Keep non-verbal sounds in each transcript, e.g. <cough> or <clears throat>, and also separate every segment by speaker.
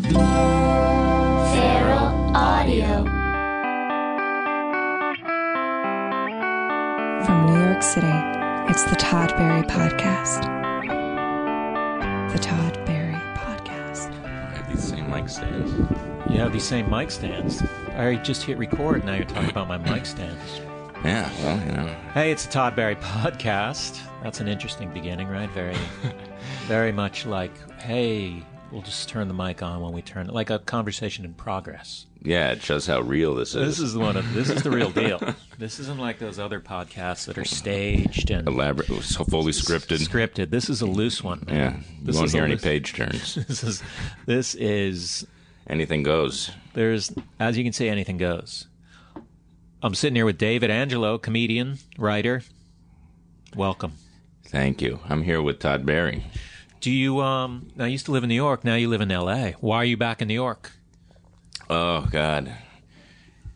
Speaker 1: Feral Audio.
Speaker 2: From New York City, it's the Todd Berry Podcast. The Todd Berry Podcast.
Speaker 3: I have these same mic stands.
Speaker 4: You have these same mic stands. I already just hit record. Now you're talking about my mic stands.
Speaker 3: <laughs> Yeah, well, you know,
Speaker 4: Hey, it's the Todd Barry podcast. That's an interesting beginning, right? <laughs> Very, very much like, hey, we'll just turn the mic on when we turn, like a conversation in progress.
Speaker 3: yeah, it shows how real this is.
Speaker 4: This is the one. Of, this is the real deal. <laughs> This isn't like those other podcasts that are staged and
Speaker 3: elaborate, oh, so fully scripted.
Speaker 4: scripted. This is a loose one.
Speaker 3: yeah, you
Speaker 4: This
Speaker 3: won't
Speaker 4: is
Speaker 3: hear
Speaker 4: a
Speaker 3: any
Speaker 4: loose-
Speaker 3: page turns.
Speaker 4: <laughs> This is this is
Speaker 3: Anything goes.
Speaker 4: there's as you can see anything goes i'm sitting here with david angelo comedian writer welcome
Speaker 3: Thank you. I'm here with Todd Barry.
Speaker 4: do you um now you used to live in new york now you live in la why are you back in new york
Speaker 3: Oh God.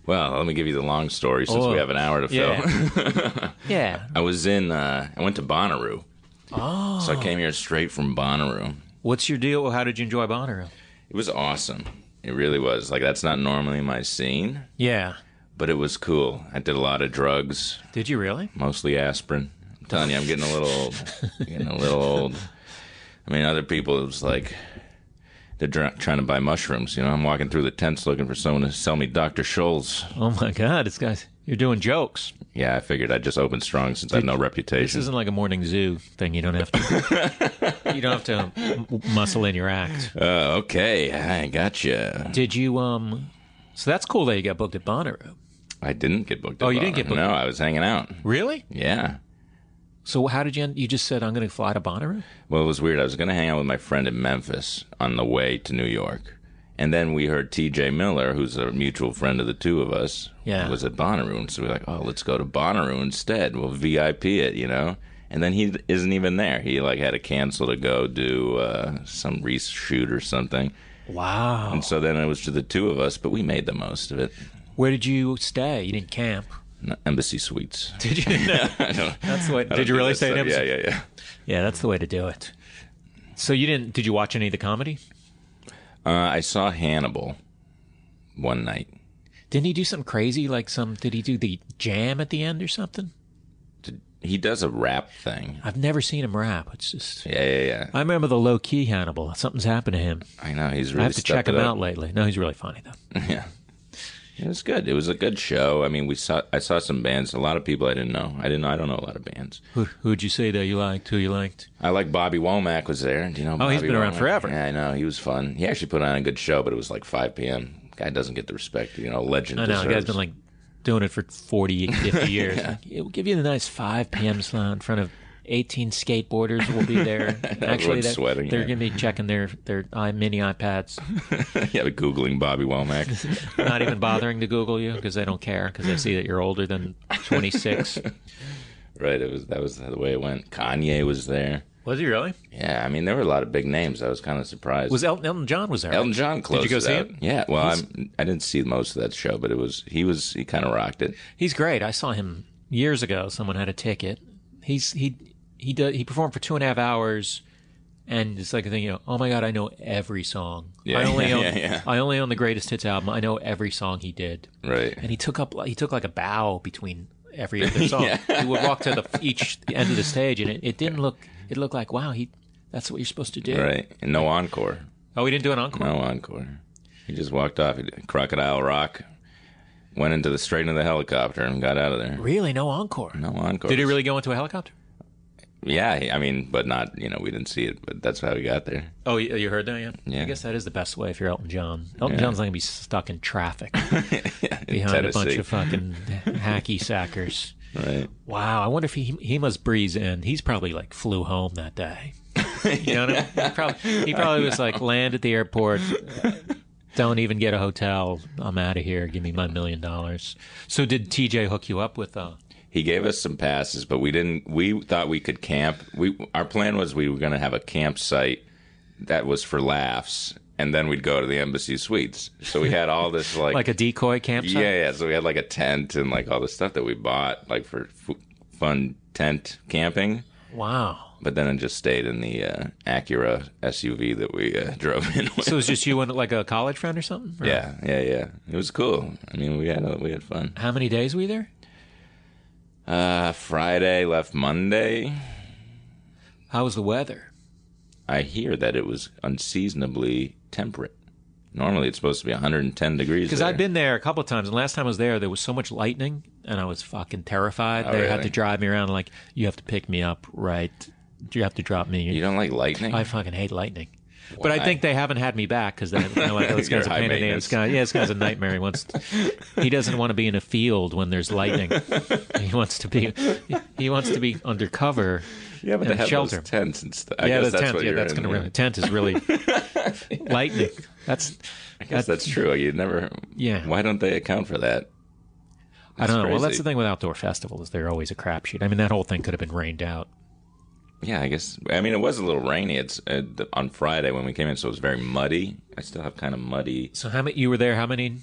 Speaker 3: Well, let me give you the long story since
Speaker 4: Oh,
Speaker 3: we have an hour to fill. <laughs>
Speaker 4: yeah <laughs> yeah
Speaker 3: I was in. Uh, I went to Bonnaroo. Oh. So I came here straight from Bonnaroo.
Speaker 4: what's your deal how did you enjoy bonnaroo
Speaker 3: It was awesome. It really was. Like that's not normally my scene,
Speaker 4: yeah
Speaker 3: but it was cool. I did a lot of drugs.
Speaker 4: did you really
Speaker 3: mostly aspirin. I'm telling you, I'm getting a little old. getting a little old. I mean, other people, it was like they're dr- trying to buy mushrooms. You know, I'm walking through the tents looking for someone to sell me Dr. Scholl's.
Speaker 4: oh my god it's guys you're doing jokes
Speaker 3: Yeah, I figured I'd just open strong since I have no
Speaker 4: this
Speaker 3: reputation.
Speaker 4: isn't like a morning zoo thing you don't have to <laughs> you don't have to m- muscle in your act
Speaker 3: uh, okay, I gotcha.
Speaker 4: did you um so that's cool that you got booked at bonnaroo
Speaker 3: I didn't get booked. at
Speaker 4: Oh, you didn't get
Speaker 3: Bonner.
Speaker 4: booked
Speaker 3: No,
Speaker 4: at-
Speaker 3: I was hanging out.
Speaker 4: really
Speaker 3: Yeah.
Speaker 4: So how did you? end- You just said I'm going to fly to Bonnaroo.
Speaker 3: Well, it was weird. I was going to hang out with my friend in Memphis on the way to New York. And then we heard TJ Miller, who's a mutual friend of the two of us,
Speaker 4: Yeah.
Speaker 3: was at Bonnaroo. And so we are like, oh, let's go to Bonnaroo instead. We'll VIP it, you know? And then he isn't even there. He like had to cancel to go do uh, some reshoot or something.
Speaker 4: Wow.
Speaker 3: And so then it was to the two of us, but we made the most of it.
Speaker 4: Where did you stay? You didn't camp,
Speaker 3: N- Embassy Suites. <laughs>
Speaker 4: did you? No. <laughs> that's what. Did you really stay in
Speaker 3: Yeah,
Speaker 4: Embassy?
Speaker 3: yeah, yeah.
Speaker 4: Yeah, that's the way to do it. So you didn't? Did you watch any of the comedy?
Speaker 3: Uh, I saw Hannibal one night.
Speaker 4: Didn't he do something crazy? Like some? Did he do the jam at the end or something?
Speaker 3: He does a rap thing.
Speaker 4: I've never seen him rap. It's just.
Speaker 3: Yeah, yeah, yeah.
Speaker 4: I remember the low key Hannibal. Something's happened to him.
Speaker 3: I know he's really.
Speaker 4: I have to check
Speaker 3: stepped it
Speaker 4: him
Speaker 3: up.
Speaker 4: out lately. No, he's really funny though.
Speaker 3: <laughs> yeah, it was good. It was a good show. I mean, we saw. I saw some bands. A lot of people I didn't know. I didn't. I don't know a lot of bands.
Speaker 4: Who who'd you say that you liked? Who you liked?
Speaker 3: I like Bobby Womack was there. Do you know?
Speaker 4: Oh, he's
Speaker 3: Bobby
Speaker 4: been around
Speaker 3: Womack?
Speaker 4: forever.
Speaker 3: Yeah, I know. He was fun. He actually put on a good show, but it was like 5 p.m. Guy doesn't get the respect. You know, legend.
Speaker 4: I know. The guy's
Speaker 3: deserves.
Speaker 4: been like doing it for 40,
Speaker 3: <laughs>
Speaker 4: 50 years. Like, it will give you the nice 5 p.m. slot in front of 18 skateboarders will be
Speaker 3: <laughs>
Speaker 4: there. Actually,
Speaker 3: Everyone's
Speaker 4: that-
Speaker 3: sweating,
Speaker 4: they're
Speaker 3: yeah.
Speaker 4: going to be checking their, their i- mini iPads,
Speaker 3: <laughs> yeah, but googling Bobby
Speaker 4: <laughs>
Speaker 3: Womack.
Speaker 4: not even bothering to Google you because they don't care because they see that you're older than 26.
Speaker 3: right. It was that was the way it went. Kanye was there.
Speaker 4: <laughs> was he really?
Speaker 3: Yeah, I mean, there were a lot of big names. I was kind of surprised.
Speaker 4: Was Elton, Elton John was there?
Speaker 3: Elton
Speaker 4: right?
Speaker 3: John closed
Speaker 4: Did you go
Speaker 3: it
Speaker 4: see
Speaker 3: out.
Speaker 4: him?
Speaker 3: Yeah, well, I'm, I didn't see most of that show, but it was he was he kind of rocked it.
Speaker 4: He's great. I saw him years ago. Someone had a ticket. He's he he do, he performed for two and a half hours, and it's like a thing. You know, oh my god, I know every song.
Speaker 3: Yeah,
Speaker 4: I only
Speaker 3: yeah,
Speaker 4: own
Speaker 3: yeah, yeah.
Speaker 4: I only own the greatest hits album. I know every song he did,
Speaker 3: Right.
Speaker 4: and he took up he took like a bow between every other song.
Speaker 3: <laughs> Yeah.
Speaker 4: He would walk to the each end of the stage, and it, it didn't look it looked like wow he that's what you're supposed to do.
Speaker 3: Right. And no encore.
Speaker 4: Oh, he didn't do an encore.
Speaker 3: No encore. He just walked off. He did Crocodile Rock. Went into the straight into the helicopter and got out of there.
Speaker 4: Really, no encore.
Speaker 3: No encore.
Speaker 4: Did he really go into a helicopter?
Speaker 3: Yeah. He, I mean, but not. You know, we didn't see it, but that's how he got there.
Speaker 4: Oh, you, you heard that? Yeah.
Speaker 3: Yeah.
Speaker 4: I guess that is the best way if you're Elton John. Elton
Speaker 3: Yeah.
Speaker 4: John's not gonna be stuck in traffic
Speaker 3: <laughs> Yeah, in
Speaker 4: behind a bunch
Speaker 3: Tennessee.
Speaker 4: of fucking hacky sackers.
Speaker 3: Right.
Speaker 4: Wow. I wonder if he he must breeze in. He's probably like flew home that day. You know what I mean? He probably,
Speaker 3: <laughs>
Speaker 4: he probably was like, land at the airport. Don't even get a hotel. I'm out of here. Give me my million dollars. So did TJ hook you up with uh
Speaker 3: He gave us some passes, but we didn't. We thought we could camp. We our plan was we were going to have a campsite that was for laughs, and then we'd go to the embassy suites. So we had all this like,
Speaker 4: <laughs> like a decoy campsite?
Speaker 3: yeah, yeah. So we had like a tent and like all the stuff that we bought like for f- fun tent camping.
Speaker 4: Wow.
Speaker 3: But then it just stayed in the uh, Acura SUV that we uh, <laughs> drove in. With.
Speaker 4: So it was just you and like a college friend or something? Or
Speaker 3: yeah, yeah, yeah. It was cool. I mean, we had a, we had fun.
Speaker 4: How many days were you there?
Speaker 3: Uh, Friday left Monday.
Speaker 4: How was the weather?
Speaker 3: I hear that it was unseasonably temperate. Normally, it's supposed to be 110 degrees.
Speaker 4: Because
Speaker 3: there.
Speaker 4: I've been there a couple of times, and last time I was there, there was so much lightning, and I was fucking terrified. they had
Speaker 3: Oh, really?
Speaker 4: to drive me around. Like, you have to pick me up, right? You have to drop me.
Speaker 3: You don't like lightning?
Speaker 4: I fucking hate lightning. But I
Speaker 3: Why?
Speaker 4: think they haven't had me back because you
Speaker 3: <laughs>
Speaker 4: know, like, oh, this
Speaker 3: You're
Speaker 4: guy's a
Speaker 3: high
Speaker 4: pain in the ass.
Speaker 3: maintenance.
Speaker 4: This guy, yeah, this guy's a nightmare. He wants, he doesn't want to be in a field when there's lightning. He wants to be, he wants to be undercover.
Speaker 3: yeah, but they
Speaker 4: and
Speaker 3: have
Speaker 4: shelter.
Speaker 3: those tents and stuff. I
Speaker 4: yeah,
Speaker 3: guess
Speaker 4: the
Speaker 3: that's
Speaker 4: tent.
Speaker 3: what
Speaker 4: Yeah,
Speaker 3: you're
Speaker 4: that's
Speaker 3: in,
Speaker 4: going to
Speaker 3: yeah.
Speaker 4: ruin. The tent
Speaker 3: <laughs>
Speaker 4: is really lightning. That's
Speaker 3: I guess that's true. You never.
Speaker 4: Yeah.
Speaker 3: Why don't they account for that?
Speaker 4: I don't know. Well, that's
Speaker 3: crazy.
Speaker 4: the thing with outdoor festivals; they're always a crapshoot. I mean, that whole thing could have been rained out.
Speaker 3: Yeah, I guess. I mean, it was a little rainy. It's uh, th- on Friday when we came in, so it was very muddy. I still have kind of muddy.
Speaker 4: So how many? You were there? How many?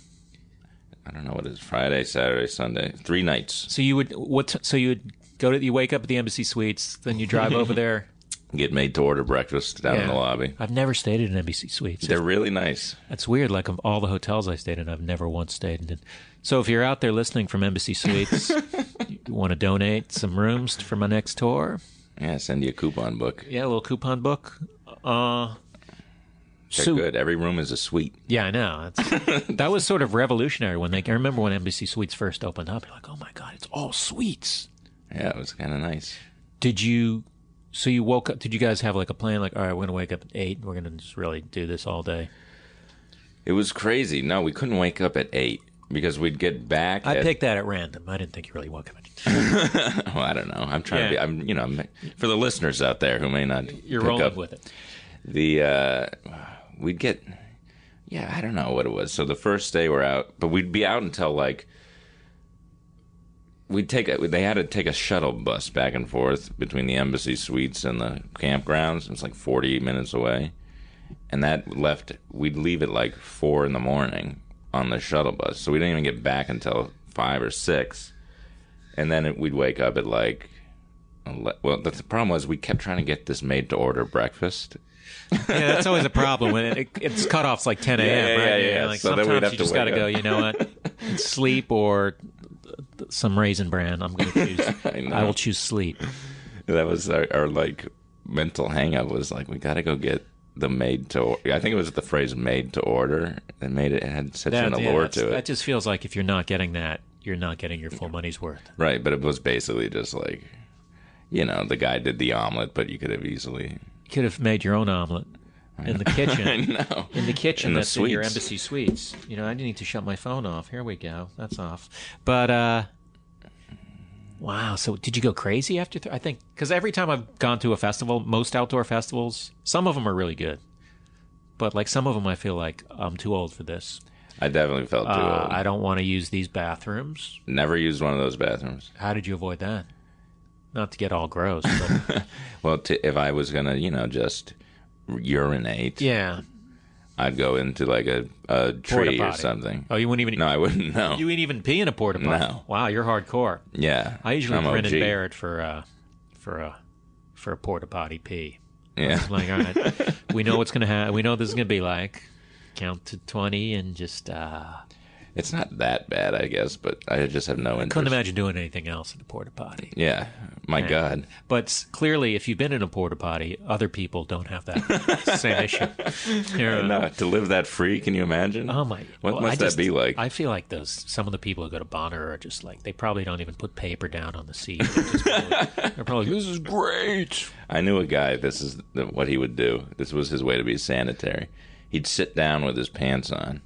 Speaker 3: I don't know what it is. Friday, Saturday, Sunday, three nights.
Speaker 4: So you would what? So you would go to you wake up at the Embassy Suites, then you drive <laughs> over there.
Speaker 3: Get made to order breakfast down in the
Speaker 4: Yeah.
Speaker 3: lobby.
Speaker 4: I've never stayed at an Embassy Suites.
Speaker 3: They're really nice.
Speaker 4: That's weird. Like of all the hotels I stayed in, I've never once stayed in. it. So if you're out there listening from Embassy <laughs> Suites, you want to donate some rooms for my next tour?
Speaker 3: Yeah, send you a coupon book.
Speaker 4: Yeah, a little coupon book. Uh,
Speaker 3: They're
Speaker 4: so-
Speaker 3: good. Every room is a suite.
Speaker 4: Yeah, I know. <laughs> That's, that was sort of revolutionary when they. I remember when Embassy Suites first opened up. You're like, oh my god, it's all suites.
Speaker 3: Yeah, it was kind of nice.
Speaker 4: Did you? So you woke up. Did you guys have like a plan? Like, all right, we're gonna wake up at eight. and We're gonna just really do this all day.
Speaker 3: It was crazy. No, we couldn't wake up at eight because we'd get back.
Speaker 4: I
Speaker 3: at,
Speaker 4: picked that at random. I didn't think you really woke up. At,
Speaker 3: <laughs> Oh, I don't know. I'm trying to be.
Speaker 4: Yeah.
Speaker 3: I'm. You know. I'm, for the listeners out there who may not
Speaker 4: you're
Speaker 3: pick
Speaker 4: rolling
Speaker 3: up
Speaker 4: with it.
Speaker 3: the uh we'd get yeah i don't know what it was so the first day we're out but we'd be out until like we'd take a they had to take a shuttle bus back and forth between the embassy suites and the campgrounds it's like 40 minutes away and that left we'd leave at like four in the morning on the shuttle bus so we didn't even get back until five or six and then it, we'd wake up at like ele- well the, the problem was we kept trying to get this made to order breakfast
Speaker 4: <laughs> Yeah, that's always a problem when it, it, it's cutoffs like 10 a.m.
Speaker 3: Yeah, yeah,
Speaker 4: right?
Speaker 3: yeah,
Speaker 4: You're
Speaker 3: yeah.
Speaker 4: Like
Speaker 3: So then we'd
Speaker 4: sometimes
Speaker 3: have
Speaker 4: you
Speaker 3: to
Speaker 4: just got to
Speaker 3: wake
Speaker 4: go.
Speaker 3: up.
Speaker 4: You know
Speaker 3: <laughs>
Speaker 4: what? It's sleep or th- some raisin bran. I'm
Speaker 3: <laughs>
Speaker 4: gonna choose. I,
Speaker 3: know.
Speaker 4: will choose sleep.
Speaker 3: that was our, our like mental hang up was like we gotta go get the made to or- i think it was the phrase made to order that made it, it had such an
Speaker 4: yeah,
Speaker 3: allure
Speaker 4: that's-
Speaker 3: to it
Speaker 4: That just feels like if you're not getting that, you're not getting your full money's worth.
Speaker 3: right but it was basically just like you know the guy did the omelet but you could have easily
Speaker 4: You could have made your own omelet
Speaker 3: <laughs>
Speaker 4: in the kitchen.
Speaker 3: no
Speaker 4: In the kitchen
Speaker 3: In the
Speaker 4: that's in your
Speaker 3: suites.
Speaker 4: embassy suites. You know, I need to shut my phone off. Here we go. That's off. But uh wow. So did you go crazy after? Th- I think because every time I've gone to a festival, most outdoor festivals, some of them are really good, but like some of them, I feel like I'm too old for this.
Speaker 3: i definitely felt too
Speaker 4: Uh,
Speaker 3: old
Speaker 4: I don't want to use these bathrooms.
Speaker 3: never used one of those bathrooms
Speaker 4: How did you avoid that? Not to get all gross,
Speaker 3: <laughs>
Speaker 4: but
Speaker 3: well to, if i was gonna you know just urinate
Speaker 4: yeah.
Speaker 3: i'd go into like a, a tree or
Speaker 4: potty.
Speaker 3: something
Speaker 4: Oh, you wouldn't even
Speaker 3: no i wouldn't know
Speaker 4: you wouldn't even pee in a porta potty.
Speaker 3: No.
Speaker 4: Wow, you're hardcore.
Speaker 3: yeah
Speaker 4: I usually
Speaker 3: I'm
Speaker 4: print
Speaker 3: OG.
Speaker 4: and bear it for uh, for a for a porta potty pee.
Speaker 3: yeah
Speaker 4: I'm like, all right, we know what's gonna happen. We know what this is gonna be like. Count to twenty and just uh,
Speaker 3: It's not that bad, I guess, but I just have no interest.
Speaker 4: couldn't imagine doing anything else in a porta potty.
Speaker 3: Yeah, my God,
Speaker 4: But s- clearly, if you've been in a porta potty, other people don't have
Speaker 3: <laughs>
Speaker 4: that same issue. You're, uh,
Speaker 3: no, to live that free, can you imagine?
Speaker 4: Oh my!
Speaker 3: What
Speaker 4: well, I
Speaker 3: must that
Speaker 4: just-
Speaker 3: be like?
Speaker 4: I feel like those some of the people who go to Bonner are just like they probably don't even put paper down on
Speaker 3: <laughs>
Speaker 4: the seat. They're, just probably, they're probably, this is <laughs> great.
Speaker 3: I knew a guy. This is the, what he would do. This was his way to be sanitary. He'd sit down with his pants on,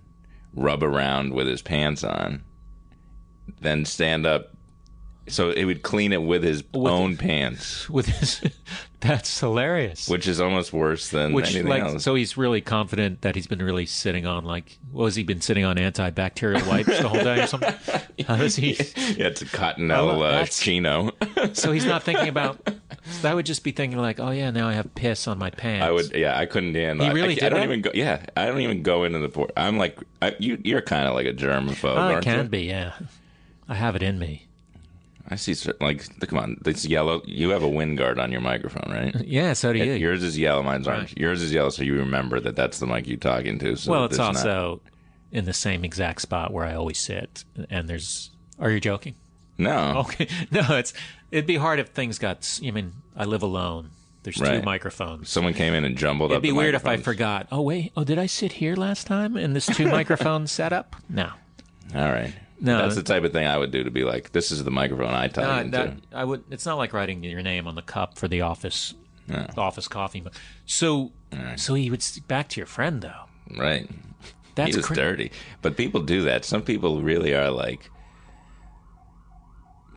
Speaker 3: rub around with his pants on, then stand up, So it would clean it with his own pants,
Speaker 4: with his. <laughs> that's hilarious.
Speaker 3: which is almost worse than
Speaker 4: Which,
Speaker 3: anything
Speaker 4: like,
Speaker 3: else.
Speaker 4: so he's really confident that he's been really sitting on like, what has he been sitting on antibacterial wipes the whole day
Speaker 3: <laughs>
Speaker 4: or something? How does he?
Speaker 3: yeah, it's a
Speaker 4: I
Speaker 3: cottonelle
Speaker 4: lo-
Speaker 3: uh,
Speaker 4: that's-
Speaker 3: chino.
Speaker 4: So he's not thinking about. So I would just be thinking like, oh yeah, now I have piss on my pants.
Speaker 3: I would, yeah, I couldn't handle.
Speaker 4: He
Speaker 3: I-
Speaker 4: really
Speaker 3: I,
Speaker 4: did
Speaker 3: I don't
Speaker 4: that?
Speaker 3: even go. Yeah, I don't even go into the port. I'm like, I, you, you're kind of like a germaphobe,
Speaker 4: Oh, it
Speaker 3: aren't
Speaker 4: can
Speaker 3: you?
Speaker 4: be, yeah. I have it in me.
Speaker 3: I see, cer- like, th- come on, this yellow. You have a wind guard on your microphone, right?
Speaker 4: <laughs> Yeah, so do you.
Speaker 3: Yours is yellow, mine's orange.
Speaker 4: Right.
Speaker 3: Yours is yellow, so you remember that that's the mic you're talking to. So
Speaker 4: well,
Speaker 3: that
Speaker 4: it's
Speaker 3: there's not-
Speaker 4: also in the same exact spot where I always sit, and there's. Are you joking? <laughs>
Speaker 3: no.
Speaker 4: Okay, no, it's. It'd be hard if things got. s- I mean, I live alone. There's
Speaker 3: Right.
Speaker 4: two microphones.
Speaker 3: Someone came in and jumbled up.
Speaker 4: It'd be
Speaker 3: the
Speaker 4: weird if I
Speaker 3: microphones.
Speaker 4: forgot. Oh wait. Oh, did I sit here last time in this <laughs> two microphone setup? No.
Speaker 3: All right.
Speaker 4: No.
Speaker 3: that's the type of thing I would do to be like, this is the microphone I talk
Speaker 4: Uh,
Speaker 3: into.
Speaker 4: that, I would. It's not like writing your name on the cup for the office, office coffee. mug. So, so he would s- back to your friend though.
Speaker 3: Right.
Speaker 4: That's
Speaker 3: he was
Speaker 4: cra-
Speaker 3: dirty. But people do that. Some people really are like.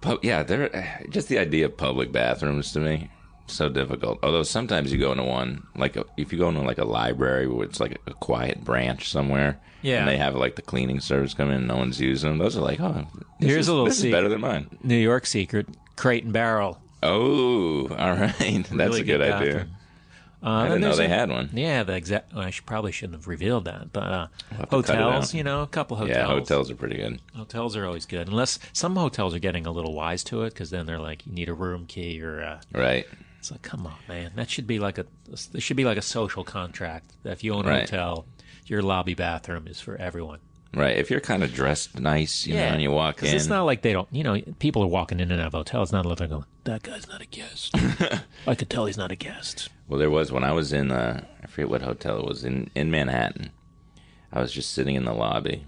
Speaker 3: Pub- yeah, they're just the idea of public bathrooms to me so difficult. Although sometimes you go into one, like a, if you go into like a library where it's like a quiet branch somewhere,
Speaker 4: Yeah.
Speaker 3: and they have like the cleaning service come in, and no one's using them. Those are like, oh, this
Speaker 4: Here's
Speaker 3: is-
Speaker 4: a little
Speaker 3: this is
Speaker 4: secret.
Speaker 3: better than mine.
Speaker 4: New York secret, crate and barrel.
Speaker 3: Oh, <laughs> all right, that's
Speaker 4: Really
Speaker 3: a good, idea.
Speaker 4: bathroom.
Speaker 3: I
Speaker 4: then
Speaker 3: didn't know
Speaker 4: there's
Speaker 3: they
Speaker 4: a-
Speaker 3: had one.
Speaker 4: Yeah, the exact. Well, I should, probably shouldn't have revealed that, but uh,
Speaker 3: to cut it
Speaker 4: hotels.
Speaker 3: out.
Speaker 4: You know, a couple hotels.
Speaker 3: Yeah, hotels are pretty good.
Speaker 4: Hotels are always good, unless some hotels are getting a little wise to it, because then they're like, you need a room key or. Uh,
Speaker 3: Right.
Speaker 4: It's like, come on, man. That should be like a this should be like a social contract. That if you own a
Speaker 3: Right.
Speaker 4: hotel, your lobby bathroom is for everyone.
Speaker 3: Right. If you're kind of dressed nice, you know, and you walk
Speaker 4: 'Cause
Speaker 3: in.
Speaker 4: It's not like they don't. You know, people are walking in and out of hotels. Not like they're going, that guy's not
Speaker 3: <laughs>
Speaker 4: a guest. I could tell he's not a guest.
Speaker 3: well, there was when I was in, uh, I forget what hotel it was in in Manhattan. I was just sitting in the lobby,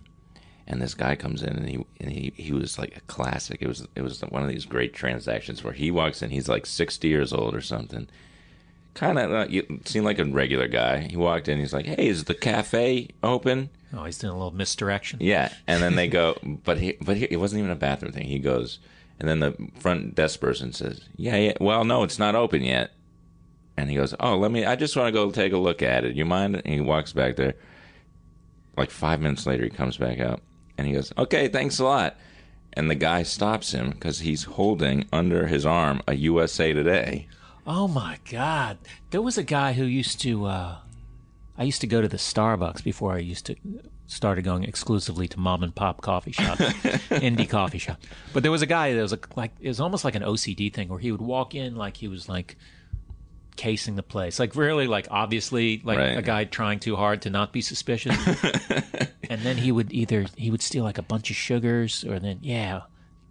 Speaker 3: and this guy comes in, and he and he, he was like a classic. It was it was one of these great transactions where he walks in. He's like sixty years old or something. Kind of uh, you- seemed like a regular guy. He walked in. He's like, "Hey, is the cafe open?"
Speaker 4: Oh, he's doing a little misdirection.
Speaker 3: Yeah, and then they go, <laughs> but he, but he, it wasn't even a bathroom thing. He goes, and then the front desk person says, "Yeah, yeah, well, no, it's not open yet." And he goes, "Oh, let me. I just want to go take a look at it. You mind?" And he walks back there. Like five minutes later, he comes back out and he goes, "Okay, thanks a lot." And the guy stops him because he's holding under his arm a USA Today.
Speaker 4: Oh my God, there was a guy who used to. Uh, I used to go to the Starbucks before I used to started going exclusively to mom and pop
Speaker 3: <laughs>
Speaker 4: coffee shops, indie coffee shop. But there was a guy that was a, like it was almost like an OCD thing where he would walk in like he was like casing the place, like really like obviously like
Speaker 3: Right.
Speaker 4: a guy trying too hard to not
Speaker 3: <laughs>
Speaker 4: be suspicious. and then he would either he would steal like a bunch of sugars or then yeah.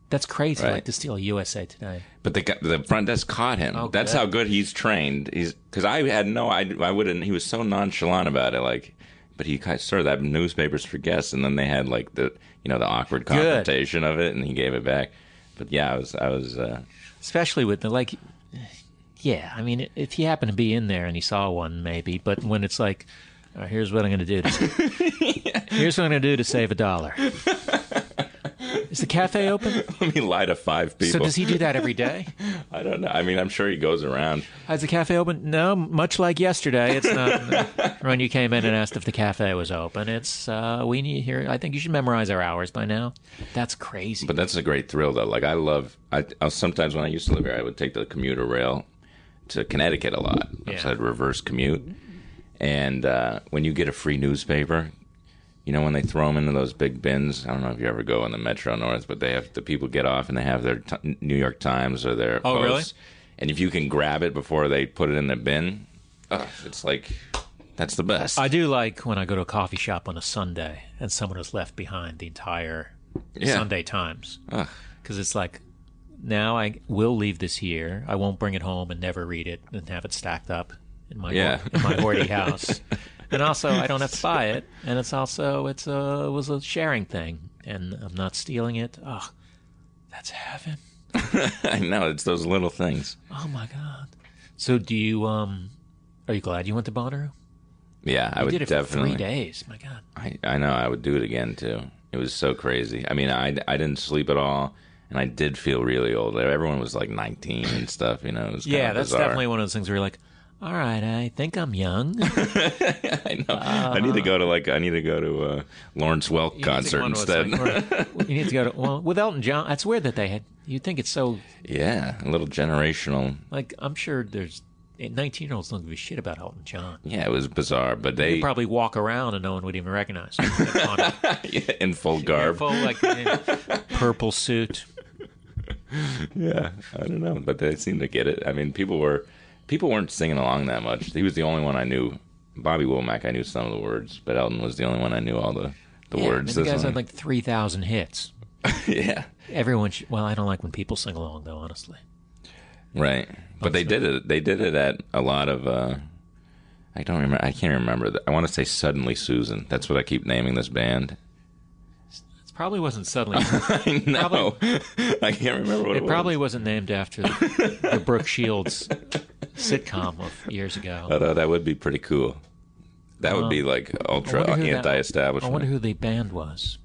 Speaker 4: That's crazy,
Speaker 3: Right.
Speaker 4: like to steal a USA Today.
Speaker 3: But the guy- the front desk caught him.
Speaker 4: Oh,
Speaker 3: That's
Speaker 4: good.
Speaker 3: how good he's trained. He's because I had no, I I wouldn't. He was so nonchalant about it, like. But he kind of served up newspapers for guests, and then they had like the you know the awkward confrontation of it, and he gave it back. But yeah, I was I was uh, <laughs>
Speaker 4: especially with the like yeah i mean if he happened to be in there and he saw one maybe but when it's like all right, here's what i'm going to do to here's what i'm going to do to save a dollar is the cafe open
Speaker 3: let me lie to five
Speaker 4: so
Speaker 3: people.
Speaker 4: does he do that every day
Speaker 3: I don't know. I mean, I'm sure he goes around.
Speaker 4: is the cafe open no much like yesterday it's not when you came in and asked if the cafe was open it's uh we need here i think you should memorize our hours by now that's crazy
Speaker 3: But that's a great thrill, though. Like I love. I, I sometimes when I used to live here, I would take the commuter rail to Connecticut a lot.
Speaker 4: Yeah.
Speaker 3: So I'd reverse commute. And uh, when you get a free newspaper, you know when they throw them into those big bins. I don't know if you ever go in the Metro North, but they have the people get off and they have their t- New York Times or their
Speaker 4: Oh, really?
Speaker 3: Post. And if you can grab it before they put it in the bin, ugh, it's like that's the best.
Speaker 4: I do like when I go to a coffee shop on a Sunday and someone has left behind the entire
Speaker 3: Yeah.
Speaker 4: Sunday Times. Because it's like, now I will leave this here. I won't bring it home and never read it and have it stacked up in my,
Speaker 3: Yeah.
Speaker 4: in my
Speaker 3: <laughs>
Speaker 4: hoardy house. And also, I don't have to buy it. And it's also, it's a, it was a sharing thing. And I'm not stealing it. Oh, that's heaven.
Speaker 3: <laughs> I know it's those little things.
Speaker 4: Oh, my God. So do you, um, are you glad you went to Bonnaroo?
Speaker 3: Yeah, I
Speaker 4: You
Speaker 3: would
Speaker 4: did it
Speaker 3: definitely.
Speaker 4: for three days. My God.
Speaker 3: I, I know. I would do it again too. It was so crazy. I mean, I, I didn't sleep at all. and I did feel really old. Everyone was like 19 and stuff, you know. It was kind
Speaker 4: Yeah,
Speaker 3: of
Speaker 4: that's
Speaker 3: bizarre.
Speaker 4: definitely one of those things where you're like, all right, I think
Speaker 3: <laughs>
Speaker 4: I'm young.
Speaker 3: I know. I need to go to like I need to go to a Lawrence Welk concert
Speaker 4: Uh, One was
Speaker 3: instead. <laughs>
Speaker 4: like, right. you need to go to well with Elton John. That's weird that they had. You think it's so
Speaker 3: yeah, a little generational.
Speaker 4: like I'm sure there's 19 year olds don't give a shit about Elton John.
Speaker 3: Yeah, it was bizarre, but
Speaker 4: They
Speaker 3: they
Speaker 4: probably walk around and no one would even recognize him.
Speaker 3: <laughs> in full
Speaker 4: <laughs>
Speaker 3: garb.
Speaker 4: Full like purple suit.
Speaker 3: Yeah, I don't know, but they seemed to get it. I mean, people were people weren't singing along that much. He was the only one I knew. Bobby Womack, I knew some of the words, but Elton was the only one I knew all the the
Speaker 4: Yeah, I mean,
Speaker 3: words.
Speaker 4: the
Speaker 3: This
Speaker 4: guys
Speaker 3: one-
Speaker 4: had like 3,000 hits.
Speaker 3: <laughs> yeah,
Speaker 4: Everyone. Should, well, I don't like when people sing along though. Honestly,
Speaker 3: right. But they did it. They did it at a lot of. uh I don't remember. I can't remember. the- I want to say suddenly Susan. That's what I keep naming this band. <laughs>
Speaker 4: it probably wasn't suddenly.
Speaker 3: I know. I can't remember what <laughs> it,
Speaker 4: It probably wasn't named after the, the Brooke
Speaker 3: <laughs>
Speaker 4: Shields sitcom of years ago.
Speaker 3: Was. But, uh, that would be pretty cool. That would be like ultra
Speaker 4: wonder who that- Uh, I
Speaker 3: anti-establishment.
Speaker 4: wonder who the band was.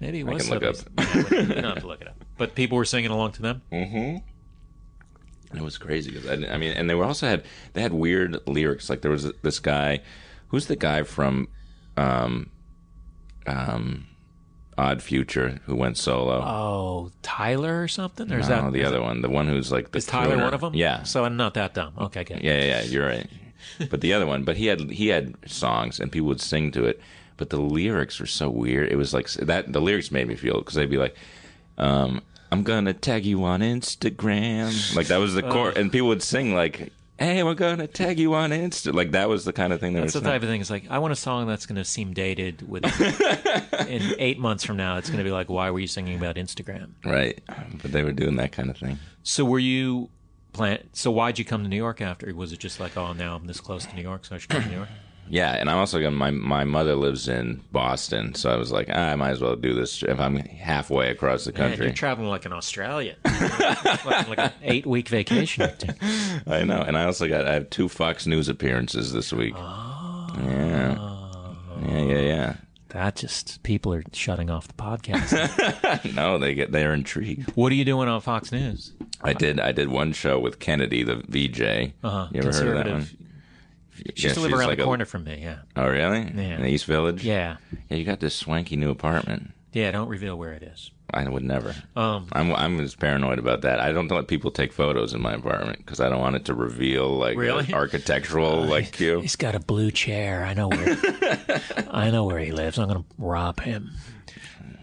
Speaker 4: Maybe it
Speaker 3: I
Speaker 4: was.
Speaker 3: can look up. Mm.
Speaker 4: Sotheby's. <laughs> No, you don't have to look it up. But people were singing along to them.
Speaker 3: It was crazy because I, didn't- I mean, and they were also had they had weird lyrics. Like there was this guy, who's the guy from, um, um, Odd Future who went solo.
Speaker 4: Oh, Tyler or something? Or is
Speaker 3: no,
Speaker 4: that
Speaker 3: the other one, the one who's like the
Speaker 4: Is Tyler
Speaker 3: crooner.
Speaker 4: one of them?
Speaker 3: Yeah,
Speaker 4: So I'm not that dumb. Okay, good.
Speaker 3: yeah, yeah, yeah, you're right. But the other one, but he had he had songs and people would sing to it, but the lyrics were so weird. It was like that. The lyrics made me feel because they'd be like, um, "I'm gonna tag you on Instagram," like that was the
Speaker 4: Oh.
Speaker 3: core, and people would sing like, "Hey, we're gonna tag you on Insta," like that was the kind of thing they
Speaker 4: That's
Speaker 3: were
Speaker 4: the
Speaker 3: saying.
Speaker 4: type of thing. It's like I want a song that's going to seem
Speaker 3: <laughs>
Speaker 4: dated. With in eight months from now, it's going to be like, why were you singing about Instagram?
Speaker 3: right? But they were doing that kind of thing.
Speaker 4: So were you plan? So why'd you come to New York after? Was it just like, oh, now I'm this close to New York, so I should come to New York?
Speaker 3: Yeah, and I'm also gonna, my my mother lives in Boston, so I was like, ah, I might as well do this if I'm halfway across the
Speaker 4: Man,
Speaker 3: country.
Speaker 4: you're traveling like an Australian, <laughs> like, like an eight week vacation.
Speaker 3: <laughs> I know, and I also got I have two Fox News appearances this week. Yeah, yeah, yeah,
Speaker 4: That just people are shutting off the podcast.
Speaker 3: yeah. No, they get they're intrigued.
Speaker 4: <laughs> what are you doing on Fox News?
Speaker 3: I did I did one show with Kennedy, the VJ.
Speaker 4: Uh-huh.
Speaker 3: You ever heard of that one?
Speaker 4: Conservative. She
Speaker 3: Yeah,
Speaker 4: used to live
Speaker 3: she's
Speaker 4: around
Speaker 3: like
Speaker 4: the
Speaker 3: a-
Speaker 4: corner from me. Yeah,
Speaker 3: oh, really?
Speaker 4: Yeah.
Speaker 3: In the East Village.
Speaker 4: yeah,
Speaker 3: Yeah, you got this swanky new apartment.
Speaker 4: yeah. Don't reveal where it is.
Speaker 3: I would never.
Speaker 4: Um,
Speaker 3: I'm I'm as paranoid about that. I don't let people take photos in my apartment because I don't want it to reveal like
Speaker 4: Really?
Speaker 3: an architectural like
Speaker 4: <laughs>
Speaker 3: cue.
Speaker 4: he's got a blue chair. I
Speaker 3: <laughs>
Speaker 4: know where. I know where he lives. I'm gonna rob him.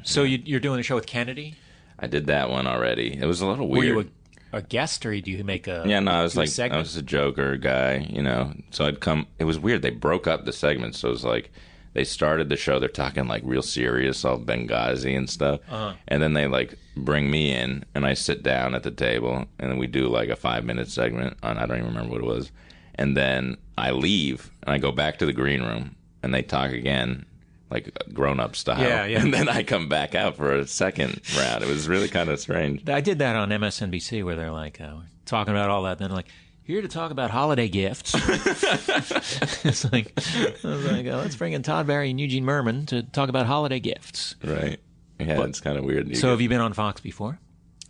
Speaker 4: So you, you're doing the show with Kennedy?
Speaker 3: I did that one already. It was a little
Speaker 4: Were
Speaker 3: weird.
Speaker 4: you a, a guest, or do you make a?
Speaker 3: Yeah, no, I was
Speaker 4: do a
Speaker 3: like, I
Speaker 4: segment?
Speaker 3: was a Joker guy, you know. So I'd come. It was weird. They broke up the segments, so it was like they started the show. They're talking like real serious, all Benghazi and stuff,
Speaker 4: Uh-huh.
Speaker 3: and then they like bring me in, and I sit down at the table, and then we do like a five minute segment on I don't even remember what it was, and then I leave and I go back to the green room, and they talk again. Like grown up style,
Speaker 4: Yeah, yeah.
Speaker 3: And then I come back out for a second round. It was really kind of strange.
Speaker 4: I did that on MSNBC where they're like uh, talking about all that, then like here to talk about
Speaker 3: <laughs>
Speaker 4: holiday gifts. <laughs> it's like I was like, uh, let's bring in Todd Barry and Eugene Merman to talk about holiday gifts.
Speaker 3: Right? Yeah, it's kind of weird. You
Speaker 4: So
Speaker 3: get-
Speaker 4: have you been on Fox before?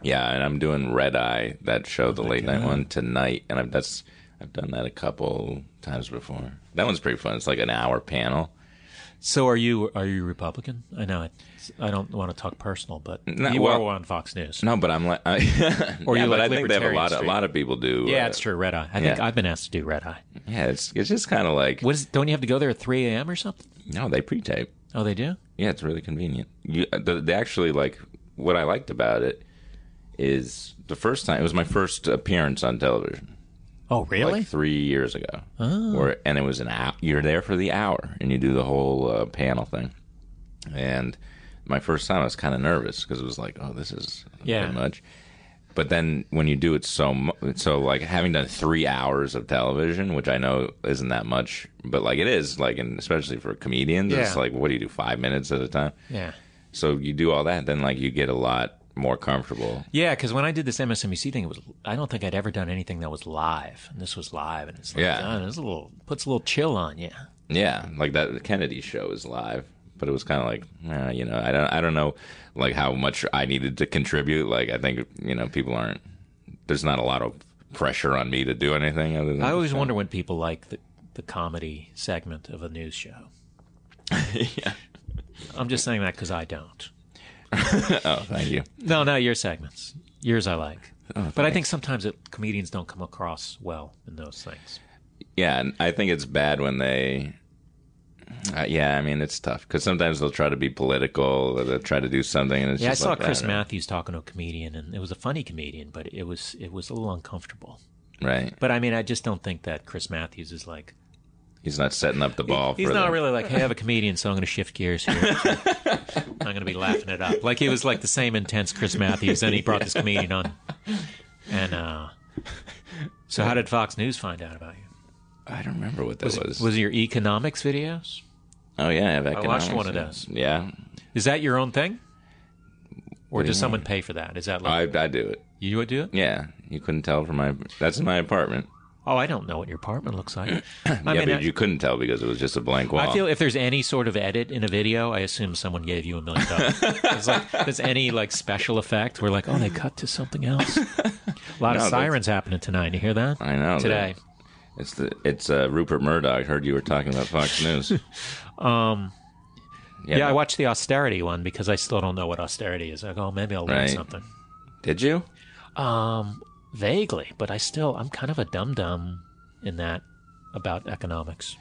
Speaker 3: Yeah, and I'm doing Red Eye, that show, the late night one tonight, and I've that's I've done that a couple times before. That one's pretty fun. It's like an hour panel.
Speaker 4: So are you are you Republican? I know it, I don't want to talk personal, but
Speaker 3: No,
Speaker 4: you
Speaker 3: well-
Speaker 4: are on Fox News.
Speaker 3: No, but I'm like, I, <laughs>
Speaker 4: Or
Speaker 3: yeah,
Speaker 4: you
Speaker 3: but I
Speaker 4: like
Speaker 3: think they have a
Speaker 4: Libertarian
Speaker 3: lot. Of, a
Speaker 4: Street.
Speaker 3: lot of people do.
Speaker 4: yeah,
Speaker 3: uh,
Speaker 4: it's true. Red Eye. I think
Speaker 3: yeah.
Speaker 4: I've been asked to do Red Eye.
Speaker 3: Yeah, it's it's just kind of like
Speaker 4: What is? Don't you have to go there at three a.m. or something?
Speaker 3: no, they pre-tape.
Speaker 4: Oh, they do.
Speaker 3: Yeah, it's really convenient. You, uh, the, they actually like what I liked about it is the first time it was my first appearance on television.
Speaker 4: Oh, really? Oh.
Speaker 3: like three years ago. Where and it was an hour. You're there for the hour, and you do the whole uh, panel thing. And my first time, I was kind of nervous because it was like, oh, this is
Speaker 4: Yeah.
Speaker 3: pretty much. But then when you do it so mu- so like having done three hours of television, which I know isn't that much, but like it is like, and especially for comedians, it's
Speaker 4: Yeah.
Speaker 3: like what do you do five minutes at a time?
Speaker 4: yeah.
Speaker 3: So you do all that, then like you get a lot more comfortable.
Speaker 4: Yeah, because when I did this MSNBC thing, it was I don't think I'd ever done anything that was live, and this was live, and it's like,
Speaker 3: Yeah.
Speaker 4: yeah, it's a little puts a little chill on you.
Speaker 3: Yeah, like that Kennedy show is live, but it was kind of like, eh, you know, I don't, I don't know, like how much I needed to contribute. Like I think you know, people aren't. There's not a lot of pressure on me to do anything other than.
Speaker 4: I always
Speaker 3: just, uh,
Speaker 4: wonder when people like the, the comedy segment of a news show.
Speaker 3: <laughs> yeah.
Speaker 4: I'm just saying that because I don't.
Speaker 3: Oh, thank you.
Speaker 4: No, no, your segments. Yours I like.
Speaker 3: Oh,
Speaker 4: but I think sometimes it, comedians don't come across well in those things.
Speaker 3: Yeah, and I think it's bad when they. Uh, yeah, I mean it's tough because sometimes they'll try to be political or they'll try to do something, and it's
Speaker 4: Yeah, I
Speaker 3: just
Speaker 4: saw
Speaker 3: like,
Speaker 4: Chris
Speaker 3: don't know.
Speaker 4: Matthews talking to a comedian, and it was a funny comedian, but it was it was a little uncomfortable.
Speaker 3: Right,
Speaker 4: But I mean, I just don't think that Chris Matthews is like
Speaker 3: he's not setting up the ball.
Speaker 4: he's
Speaker 3: for
Speaker 4: not
Speaker 3: the- <laughs>
Speaker 4: really like hey, I have a comedian, so I'm going to shift gears here. I'm going to be laughing it up. Like he was like the same intense Chris Matthews, and he brought this comedian on. And uh, so, how did Fox News find out about you?
Speaker 3: I don't remember what that
Speaker 4: Was
Speaker 3: was.
Speaker 4: it, was it your economics videos?
Speaker 3: oh yeah, I,
Speaker 4: I watched one of those.
Speaker 3: Yeah,
Speaker 4: Is that your own thing? Or
Speaker 3: do you
Speaker 4: does someone pay for that? Is that
Speaker 3: I
Speaker 4: like
Speaker 3: I do it.
Speaker 4: you would do it?
Speaker 3: Yeah, you couldn't tell from my. That's in my apartment.
Speaker 4: Oh, I don't know what your apartment
Speaker 3: <clears throat>
Speaker 4: looks like. I
Speaker 3: yeah,
Speaker 4: mean,
Speaker 3: but
Speaker 4: I-
Speaker 3: you couldn't tell because it was just a blank wall.
Speaker 4: I feel if there's any sort of edit in a video, I assume someone gave you a million
Speaker 3: <laughs>
Speaker 4: dollars. It's like if there's any like special effect. We're like, oh, they cut to something else. A lot
Speaker 3: <laughs> No,
Speaker 4: of
Speaker 3: that's-
Speaker 4: sirens happening tonight. You hear that?
Speaker 3: I know
Speaker 4: Today,
Speaker 3: that- It's the it's uh, Rupert Murdoch. Heard you were talking about
Speaker 4: <laughs>
Speaker 3: Fox News. um.
Speaker 4: yeah, I watched the austerity one because I still don't know what austerity is. I go, oh, maybe I'll learn
Speaker 3: Right.
Speaker 4: something
Speaker 3: Did you?
Speaker 4: vaguely, but I still I'm kind of a dum dum in that about economics.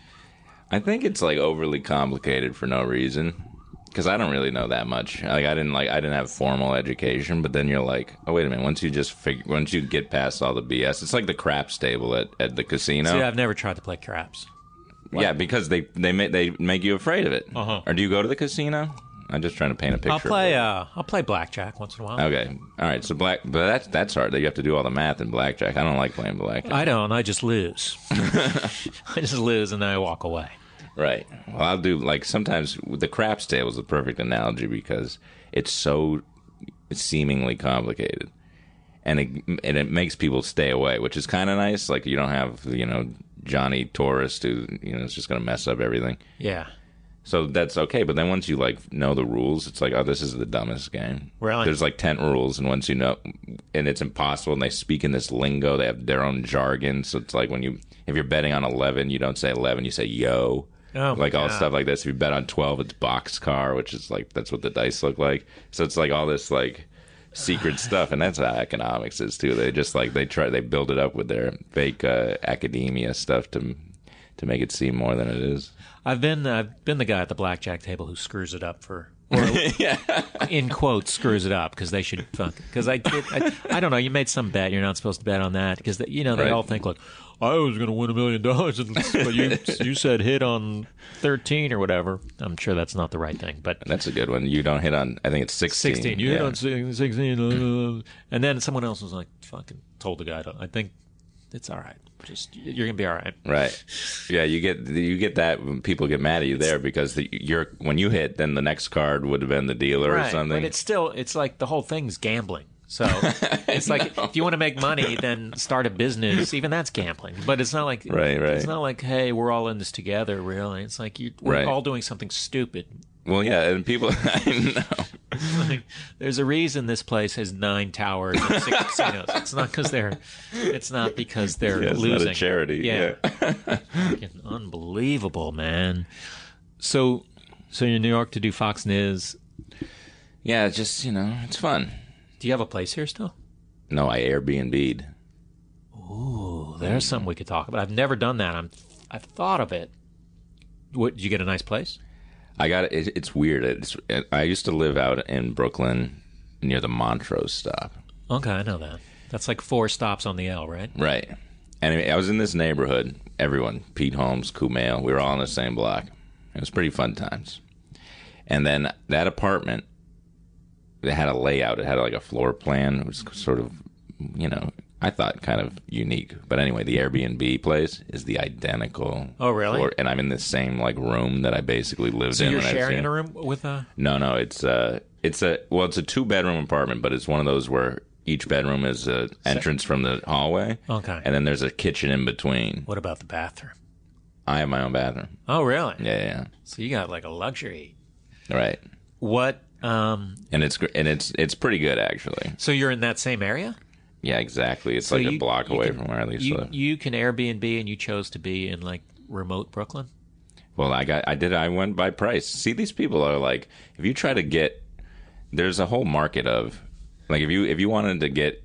Speaker 3: I think it's like overly complicated for no reason. Because I don't really know that much. Like I didn't like I didn't have formal education, but then you're like, oh wait a minute. Once you just figure, once you get past all the BS, it's like the craps table at, at the casino.
Speaker 4: See, I've never tried to play craps.
Speaker 3: Yeah, because they they make they make you afraid of it.
Speaker 4: Uh-huh.
Speaker 3: Or do you go to the casino? I'm just trying to paint a picture. Oh.
Speaker 4: I'll
Speaker 3: of
Speaker 4: play.
Speaker 3: it.
Speaker 4: Uh, I'll play blackjack once in a while.
Speaker 3: Okay, all right. So black, but that's that's hard. You have to do all the math in blackjack. I don't like playing blackjack.
Speaker 4: I don't. I
Speaker 3: <laughs>
Speaker 4: just lose. <laughs> I just lose and then I walk away.
Speaker 3: Right. Well, I'll do like sometimes the craps table is the perfect analogy because it's so seemingly complicated, and it and it makes people stay away, which is kind of nice. Like you don't have you know Johnny Tourist who you know is just gonna mess up everything.
Speaker 4: Yeah.
Speaker 3: So that's okay. But then once you like know the rules, it's like, oh, this is the dumbest game.
Speaker 4: Really?
Speaker 3: There's like ten rules, and once you know, and it's impossible. And they speak in this lingo. They have their own jargon. So it's like when you, if you're betting on eleven, you don't say eleven. You say yo.
Speaker 4: Oh,
Speaker 3: like all
Speaker 4: yeah.
Speaker 3: stuff like this. If you bet on twelve, it's boxcar, which is like that's what the dice look like. So it's like all this like
Speaker 4: <sighs>
Speaker 3: secret stuff, and that's how economics is too. They just like they try they build it up with their fake uh, academia stuff to to make it seem more than it is.
Speaker 4: I've been I've been the guy at the blackjack table who screws it up for or
Speaker 3: <laughs>
Speaker 4: in quotes screws it up because they should because I did I, I don't know you made some bet you're not supposed to bet on that because you know they
Speaker 3: Right.
Speaker 4: all think like I was going to win a million dollars and- <laughs> but you you said hit on thirteen or whatever I'm sure that's not the right thing but
Speaker 3: That's a good one. You don't hit on. I think it's sixteen.
Speaker 4: 16. You hit
Speaker 3: Yeah.
Speaker 4: on si- 16. uh, and then someone else was like, fucking told the guy, to, I think it's all right. Just, you're going to be all right.
Speaker 3: Right. Yeah, you get you get that when people get mad at you there because the, you're when you hit, then the next card would have been the dealer or something.
Speaker 4: But it's still, it's like the whole thing's gambling.
Speaker 3: <laughs>
Speaker 4: So it's like if you want to make money, then start a business. Even that's gambling. But it's not like
Speaker 3: Right, right.
Speaker 4: It's not like hey, we're all in this together. Really, it's like you, we're
Speaker 3: Right.
Speaker 4: all doing something stupid. <laughs>
Speaker 3: well, yeah, and people. <laughs> I know.
Speaker 4: Like, there's a reason this place has nine towers and six <laughs> casinos. It's not because they're, it's not because they're
Speaker 3: Yeah, it's not a
Speaker 4: losing.
Speaker 3: charity,
Speaker 4: Fucking unbelievable, man. So, so you're in New York to do Fox News.
Speaker 3: Yeah, it's just you know, it's fun.
Speaker 4: Do you have a place here still?
Speaker 3: No, I Airbnb'd.
Speaker 4: Ooh, there's something we could talk about. I've never done that. I'm, I've thought of it. What? Did you get a nice place?
Speaker 3: I got it. It's weird. It's I used to live out in Brooklyn near the Montrose stop.
Speaker 4: Okay, I know that. That's like four stops on the L, right?
Speaker 3: Right. Anyway, I was in this neighborhood. Everyone, Pete Holmes, Kumail, we were all in the same block. It was pretty fun times. And then that apartment, it had a layout. It had like a floor plan. It was sort of, you know, I thought kind of unique. But anyway, the Airbnb place is the identical.
Speaker 4: Oh, really?
Speaker 3: and I'm in the same like room that I basically lived
Speaker 4: So
Speaker 3: in.
Speaker 4: you're
Speaker 3: when I was
Speaker 4: sharing
Speaker 3: young.
Speaker 4: a room with a.
Speaker 3: No, no, it's uh it's a well, it's a two bedroom apartment, but it's one of those where each bedroom is a entrance from the hallway.
Speaker 4: Okay.
Speaker 3: And then there's a kitchen in between.
Speaker 4: What about the bathroom?
Speaker 3: I have my own bathroom.
Speaker 4: Oh, really?
Speaker 3: Yeah, yeah.
Speaker 4: So you got like a luxury
Speaker 3: Right.
Speaker 4: What? Um,
Speaker 3: And it's gr- and it's it's pretty good actually.
Speaker 4: so you're in that same area?
Speaker 3: Yeah, exactly. It's
Speaker 4: So
Speaker 3: like a
Speaker 4: you-
Speaker 3: block
Speaker 4: you
Speaker 3: away
Speaker 4: can-
Speaker 3: from where I used to
Speaker 4: You,
Speaker 3: live.
Speaker 4: you can Airbnb, and you chose to be in like remote Brooklyn.
Speaker 3: Well, I got, I did, I went by price. See, these people are like, if you try to get, there's a whole market of, like, if you if you wanted to get